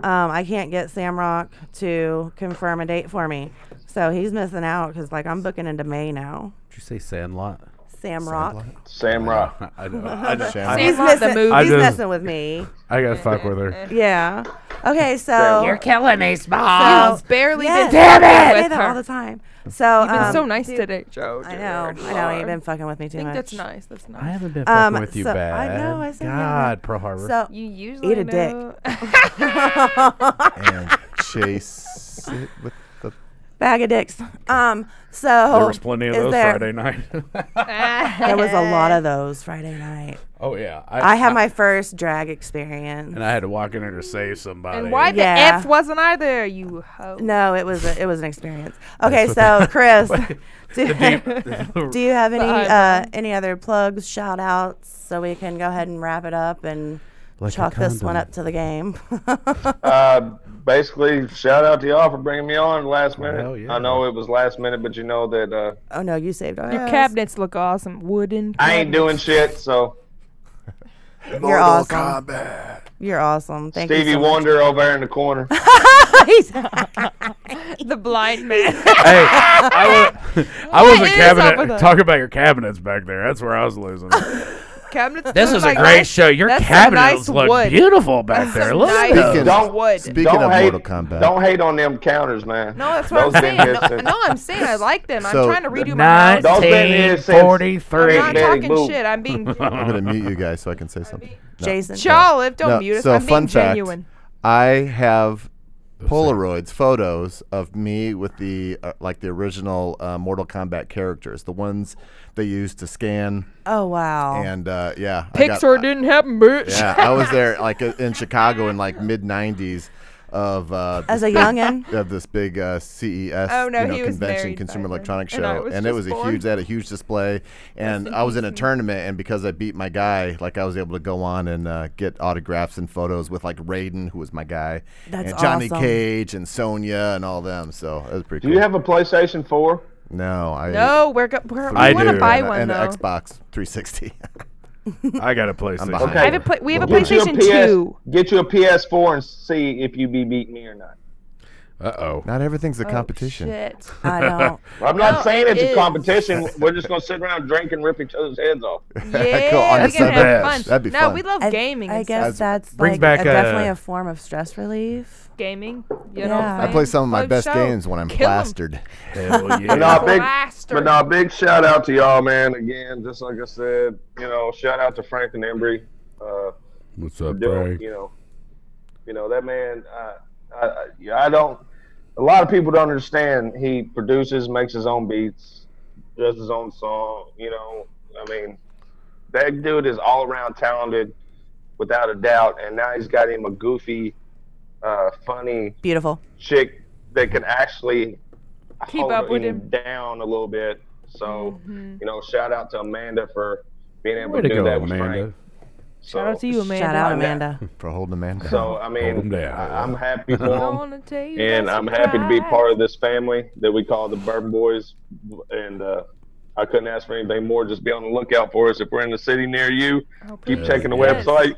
A: Um, I can't get Samrock to confirm a date for me, so he's missing out because like I'm booking into May now.
C: Did you say Sandlot?
A: Samrock,
E: Sam Rock.
C: I know. I, just,
D: Shame.
C: I,
A: he's
B: Sandlot the
A: missing.
B: movie.
C: I
A: He's
C: just-
A: messing with me.
C: I gotta fuck with her.
A: Yeah. Okay,
E: You're
A: so.
I: killing me,
A: so-
I: Smalls.
B: It's barely
A: Yes.
B: been.
I: Damn
A: I
I: it!
A: say
B: with
A: that
B: her.
A: all the time. So
B: You've been
A: um,
B: so nice today, Joe.
A: I know,
B: dear
A: I know. You've
B: Lord.
A: been fucking with me too
B: I think
A: much.
B: that's nice. That's nice.
C: I haven't been
A: Um,
C: fucking with you
A: so- I
C: bad.
A: know, I said, yeah, I know.
C: God, Pearl Harbor.
A: So
B: You usually
A: Eat a dick.
B: know.
D: and chase it with the
A: bag of dicks. Um, so
I: There was plenty of
A: is
I: those
A: there-
I: Friday night.
A: There was a lot of those Friday night.
C: oh yeah,
A: I had my first drag experience.
C: and I had to walk in there to save somebody.
B: and why the
A: Yeah.
B: F wasn't I there? You hoe.
A: No, it was a, it was an experience. Okay, so Chris, do, do you have any uh, any other plugs, shout outs, so we can go ahead and wrap it up and
C: Like a
A: chalk this one
C: condom.
A: up to the game?
E: Uh, basically, shout out to y'all for bringing me on last minute.
C: Hell yeah.
E: I know it was last minute, but you know that uh,
A: oh no, you saved our ass.
B: Cabinets look awesome. Wooden.
E: I ain't doing shit. So
A: You're awesome.
D: combat.
A: You're awesome. Thank
E: Stevie
A: you. so much.
E: Wonder over there in the corner.
A: He's-
B: the blind man.
C: hey, I, was, I wasn't
B: is up with
C: cabinet.
B: us?
C: Talk about your cabinets back there. That's where I was losing. it.
B: Cabinets.
I: This
B: look
I: is a
B: like
I: great
B: nice-
I: show. Your
B: that's some
I: cabinets
B: nice
I: look
B: wood.
I: beautiful back there.
B: some
I: Look
B: nice
I: at those.
D: Speaking,
E: Don't-
B: wood.
D: speaking
E: don't
D: of
E: hate,
D: Mortal Kombat,
E: don't hate on them counters, man.
B: No, that's what
E: Those
B: I'm
E: been
B: saying.
E: here
B: No,
E: since-
B: no, I'm saying I like them.
D: So,
B: I'm trying to redo my house.
E: Those been here since-
B: I'm
I: 1943.
B: not
E: Big Daddy
B: talking
E: Boo.
B: shit. I'm being
D: I'm gonna mute you guys so I can say something. No.
A: Jason.
B: Charlotte. Don't
D: No,
B: mute us.
D: so
B: I'm being
D: fun fact,
B: genuine.
D: I have Polaroids photos of me with the uh, like the original uh, Mortal Kombat characters, the ones they used to scan
A: Oh wow.
D: and uh, yeah, I got-
B: Pixar didn't happen, bitch.
D: Yeah, I was there like uh, in Chicago in like mid '90s. of uh,
A: As
D: this
A: a
D: big-
A: youngin'?
D: of this big uh, CES
B: Oh, no,
D: you know,
B: he was
D: convention
B: married
D: consumer
B: back then.
D: electronics
B: And I
D: show,
B: was
D: and, it
B: just
D: was a
B: born.
D: huge they had a huge display, and I was in a tournament, and because I beat my guy, like I was able to go on and uh, get autographs and photos with like Raiden, who was my guy,
A: That's
D: and Johnny
A: awesome.
D: Cage and Sonya and all them. So that was pretty
E: Do
D: cool.
E: you have a PlayStation 4?
D: no, I
B: No, we're go- we're
D: three
B: I
C: I
B: want
C: do.
B: to buy
D: and a-
B: one
D: and
B: though.
D: an Xbox 360.
C: I got a place.
D: I'm
C: like
D: behind.
C: that.
B: I have a pla- we have a
D: Well,
E: Get you a
B: PlayStation
E: PS
B: Two.
E: Get you a PS4 and see if you be beating me or not.
C: Uh oh.
D: Not everything's a competition.
B: Shit.
A: I don't.
E: I'm not
B: No,
E: saying it's
B: it
E: a
B: is.
E: competition. We're just gonna sit around, drink, and rip each other's heads off.
B: Yeah,
D: Cool, on
B: we're
D: the
B: gonna have
C: Sundance.
B: fun.
D: That'd be
B: no,
D: fun.
B: we love
A: I-
B: gaming.
A: I
B: and
A: guess
D: That's-
A: that's
C: brings
A: like
C: back uh,
A: a- definitely
C: a-
A: a form of stress relief.
B: stuff. gaming. You
A: Yeah.
B: know,
A: I
D: I play some of my best games when I'm
B: Kill 'em.
D: plastered.
C: Hell
E: But nah,
C: yeah.
E: big,
B: Blaster.
E: but nah, big shout out to y'all, man. Again, just like I said, you know, shout out to Frank and Embry. Uh,
C: What's up,
E: doing,
C: Frank?
E: you know, you know that man. Uh, I, I, yeah, I don't. A lot of people don't understand. He produces, makes his own beats, does his own song. You know, I mean, that dude is all around talented, without a doubt. And now he's got him a goofy, uh, funny
A: Beautiful.
E: chick that can actually
B: Keep
E: hold
B: up with him. Mm-hmm.
E: down a little bit. So, you know, shout out to Amanda for being able
C: Way
E: to
C: to
E: do
C: go,
E: that with
C: Amanda.
E: Frank.
B: Shout out
E: So-
B: to you, Amanda.
A: Shout out,
E: I'm down.
A: Amanda.
D: for holding a man down.
E: So I
C: Hold 'em
E: mean,
C: down.
E: I- I'm happy for
B: I
E: them,
B: wanna tell you
E: and
B: that
E: I'm happy to be
B: surprise.
E: part of this family that we call the Bourbon Boys. And uh, I couldn't ask for anything more. Just be on the lookout for us if we're in the city near you.
B: hope
E: Keep checking the
B: Yes.
E: website.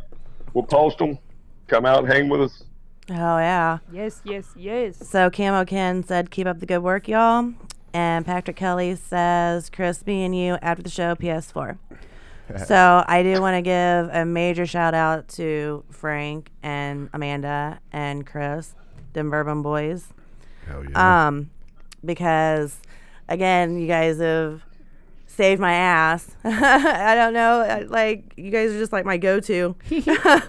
E: We'll post them. Come out and hang with us.
A: Oh yeah.
B: Yes, yes, yes.
A: So Camo Ken said, "Keep up the good work, y'all." And Patrick Kelly says, "Chris, me and you after the show, PS4." so I do want to give a major shout out to Frank and Amanda and Chris, them Bourbon Boys,
C: Hell yeah.
A: um, because again, you guys have saved my ass. I don't know, I- like you guys are just like my go-to.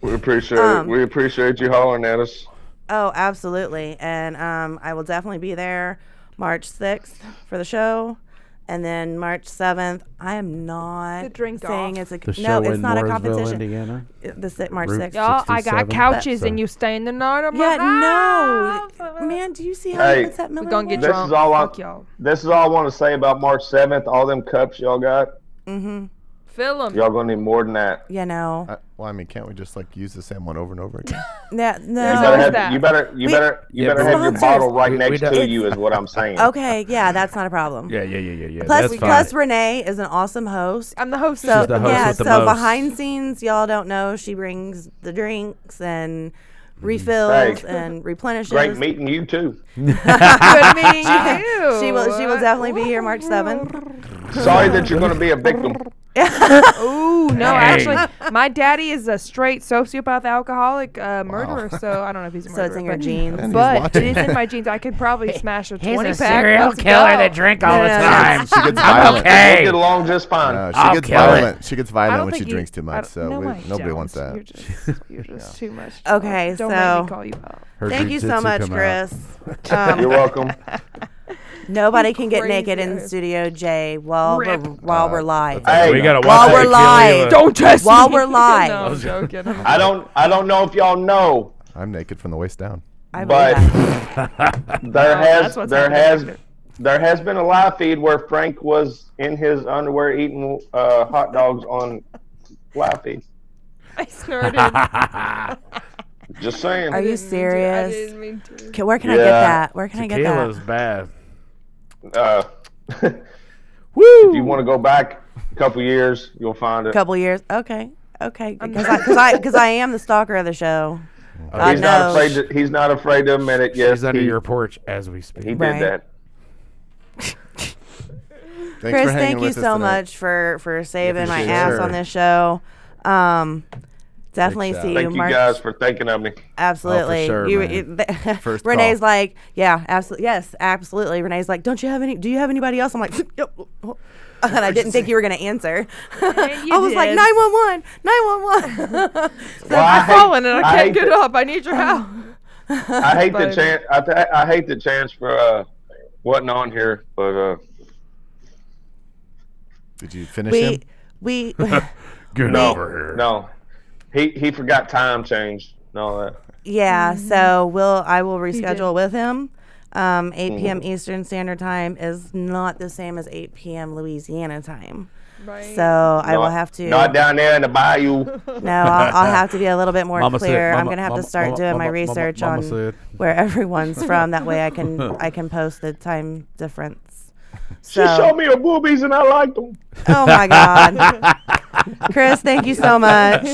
E: We appreciate we appreciate you hollering at us.
A: Oh, absolutely. And um, I will definitely be there March 6th for the show. And then March 7th, I am not
B: The drink
A: saying
B: off.
A: it's a
F: The
A: no,
F: show
A: it's
F: in
A: not a
F: Mooresville,
A: competition.
F: Indiana.
A: It- The si- March
F: Route
A: 6th.
F: six.
B: Y'all, I got
F: 67.
B: couches, and
F: So-
B: you staying the night on my
A: Yeah,
B: house.
A: no. Man, do you see how
E: Hey.
A: he puts that Miller
B: We gonna get
E: This
B: drunk.
E: is all I-
B: Fuck y'all.
E: This is all I want to say about March 7th. All them cups y'all got,
A: Mm-hmm.
B: Fill 'em.
E: y'all gonna need more than that.
A: You know.
E: Uh,
D: I, well, I mean, can't we just like use the same one over and over again?
A: Yeah,
E: You
B: Oh.
E: better
A: no.
B: Who's
E: have
B: that?
E: you better you
A: We-
E: better you
C: Yeah,
E: better
C: but
E: have your
A: sponsors.
E: bottle right
C: We- we
E: next
C: don't-
E: to you is what I'm saying.
A: Okay, yeah, that's not a problem.
C: yeah, yeah, yeah, yeah, yeah.
A: Plus,
C: That's
A: plus
C: fine.
A: Renee is an awesome host.
B: I'm the host.
A: So
B: of
C: the host
A: yeah,
C: with the
A: so
C: most.
A: behind scenes, y'all don't know she brings the drinks and
C: Mm-hmm.
A: refills
E: Hey.
A: and replenishes.
E: Great meeting you too.
B: Good meeting you.
A: She will. She will definitely be here March seventh.
E: Sorry that you're gonna be a victim.
B: Ooh, no,
C: Hey.
B: actually, my daddy is a straight sociopath, alcoholic uh, murderer. So I don't know if he's a
A: So
B: murderer.
A: it's in your
B: but-
A: jeans.
B: But
D: watching.
B: it is in my jeans. I could probably smash a
F: He's
B: twenty
F: a
B: pack.
F: serial
B: Let's
F: killer
B: go.
F: that drink all the
A: No, no, no.
F: time.
D: she gets
F: I'm
D: violent.
E: We'll
F: okay.
E: get along just fine.
D: No, she
F: I'll
D: gets
F: kill it.
D: violent. She gets
B: I don't
D: violent when she
B: think you-
D: drinks too
B: I
D: much.
B: don't-
D: So
B: no,
D: we,
B: I
D: nobody
B: don't.
D: wants that.
B: You're just, you're just too much.
A: Okay,
B: don't make
A: so-
B: me call you out.
C: Her
A: Thank you so
C: jujitsu
A: much,
C: come out.
A: Chris. Um,
E: You're welcome.
A: Nobody can get
B: Crazy
A: naked in
B: ass.
A: Studio J while we're, while we're
C: Uh,
A: live.
E: Hey,
C: We gotta
A: While
C: watch
A: we're
C: that
A: live.
C: Kalila.
B: Don't test
A: While
B: me.
A: we're live.
B: no, I'm joking. I'm
E: I don't I don't know if y'all know,
D: I'm naked from the waist down.
A: I
E: but
A: believe that.
E: there has
B: that's what's
E: there
B: happening
E: has
B: right
E: there has been a live feed where Frank was in his underwear eating uh, hot dogs on live feed.
B: I snorted.
E: Just saying.
A: Are you
B: I
A: serious?
B: didn't mean to.
A: Ca- Where can I get
E: Yeah.
A: that? Where can I get that?
C: Tequila's bad.
E: Uh, if
C: Woo!
E: you want to go back a couple years, you'll find it.
A: Couple years. Okay. Okay. Because I because I, 'cause I am the stalker of the show. God
E: he's not
A: knows.
E: afraid. To, he's not afraid to admit it. Yes,
C: She's under
E: he,
C: your porch as we speak.
E: he did
A: Right.
E: that.
D: Thanks
A: Chris,
D: for hanging
A: thank you
D: with us
A: so
D: tonight.
A: much for for saving my
C: appreciate it.
A: ass
C: Sure.
A: on this show. Um, definitely
D: shout.
A: see you
E: Thank you
A: March.
E: guys Oh, for thinking of me.
A: Absolutely.
C: sure,
A: you,
C: man.
A: it-
D: First
A: Renee's
D: call.
A: like, yeah, absolutely. Yes, absolutely. Renee's like, don't you have any? Do you have anybody else? I'm like, yep. And I didn't think you were going to answer. I was like,
B: did.
A: 911, 911.
E: Well, I
B: I'm
E: hate-
B: falling and I
E: hate
B: can't get
E: that-
B: up. I need your help.
E: I hate the
B: But-
E: chance. I, th- I hate the chance for uh, wasn't on here, but uh,
D: Did you finish him?
A: we, we,
C: Good
E: no,
C: over here.
E: no, he he forgot time change. and all that.
A: Yeah, so we'll I will reschedule with him. Um, 8
E: Mhm.
A: p.m. Eastern Standard Time is not the same as 8 p.m. Louisiana time.
B: Right.
A: So I will
E: Not-
A: have to.
E: Not down there in the bayou.
A: No, I'll, I'll have to be a little bit more
C: Mama said-
A: clear. I'm
C: mama-
A: gonna have
C: mama-
A: to start
C: mama-
A: doing my
C: mama- mama-
A: research
C: mama
A: on
C: said.
A: where everyone's from. That way, I can I can post the time difference.
E: She
A: So,
E: showed me her boobies and I liked them.
A: oh my God, Chris, thank you so much.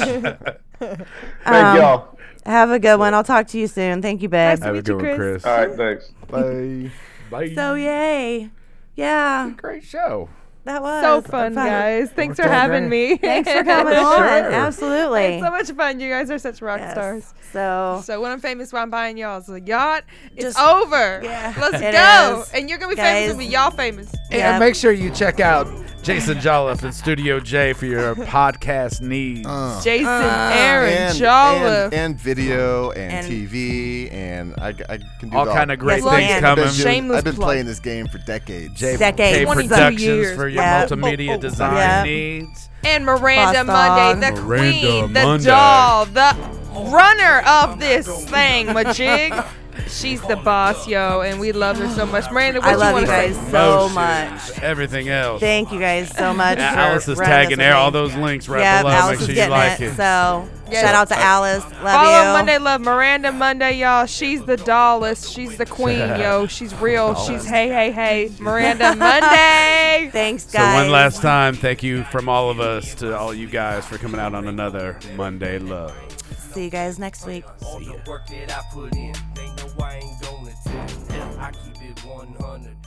E: Thank
A: Um,
E: y'all.
A: Have a good one. I'll talk to you soon. Thank you, babe.
B: Nice to
C: Have a
B: meet you,
C: good one,
B: Chris.
C: Chris.
E: All right, thanks.
D: Bye.
C: Bye.
A: So yay, yeah,
C: Great show.
A: that was
B: So fun, guys. Thanks for having me.
A: Thanks for coming on. Absolutely.
B: It's so much fun. You guys are such rock
A: Yes.
B: stars.
A: So
B: So when I'm famous, why I'm buying y'all's yacht. It's
A: Just-
B: over.
A: Yeah.
B: Let's
A: It
B: go.
A: is.
B: And you're gonna be
A: Guys.
B: famous with me. Y'all famous.
A: Yeah.
C: And make sure you check out Jason Jolliffe and Studio J for your podcast needs.
D: Uh,
B: Jason, Aaron,
D: and,
B: Jolla.
D: and, and video and,
A: And-
D: TV and I, I can do
C: All
D: it
C: kind of great
A: Yes, we
C: things
A: can.
D: I've been,
C: coming.
D: doing-
B: Shameless
D: I've been
B: plug.
D: playing this game for decades.
C: J-
A: Decades.
C: K
B: 22
C: Productions
B: years.
C: for your
A: Yeah.
C: multimedia design
A: Yeah.
C: needs.
B: and Miranda
A: Basta.
B: Monday, the
C: Miranda
B: queen, the
C: Monday.
B: doll, the runner of this thing, Majig. She's the boss, yo, and we love her so much. Miranda, what
A: I
B: you
A: love you
B: want to
A: guys
B: say?
A: so
C: Motion,
A: much.
C: Everything else.
A: Thank you guys so much.
C: Yeah,
A: for
C: Alice
A: running
C: is
A: this
C: tagging
A: with
C: there.
A: me.
C: All those links right
A: Yep,
C: below.
A: Alice
C: Make sure
A: is
C: you
A: getting
C: like
A: it.
C: it.
A: So
B: Yes.
A: shout out to Alice. Love
B: Follow
A: you.
B: Monday Love Miranda Monday, y'all. She's the dollest. She's the queen, yo. She's real. She's hey, hey, hey. Miranda Monday.
A: Thanks,
C: So
A: guys.
C: one last time, thank you from all of us to all you guys for coming out on another Monday Love.
A: See you guys next week.
G: All the work that I put in, they know I ain't gonna tell. I keep it 100.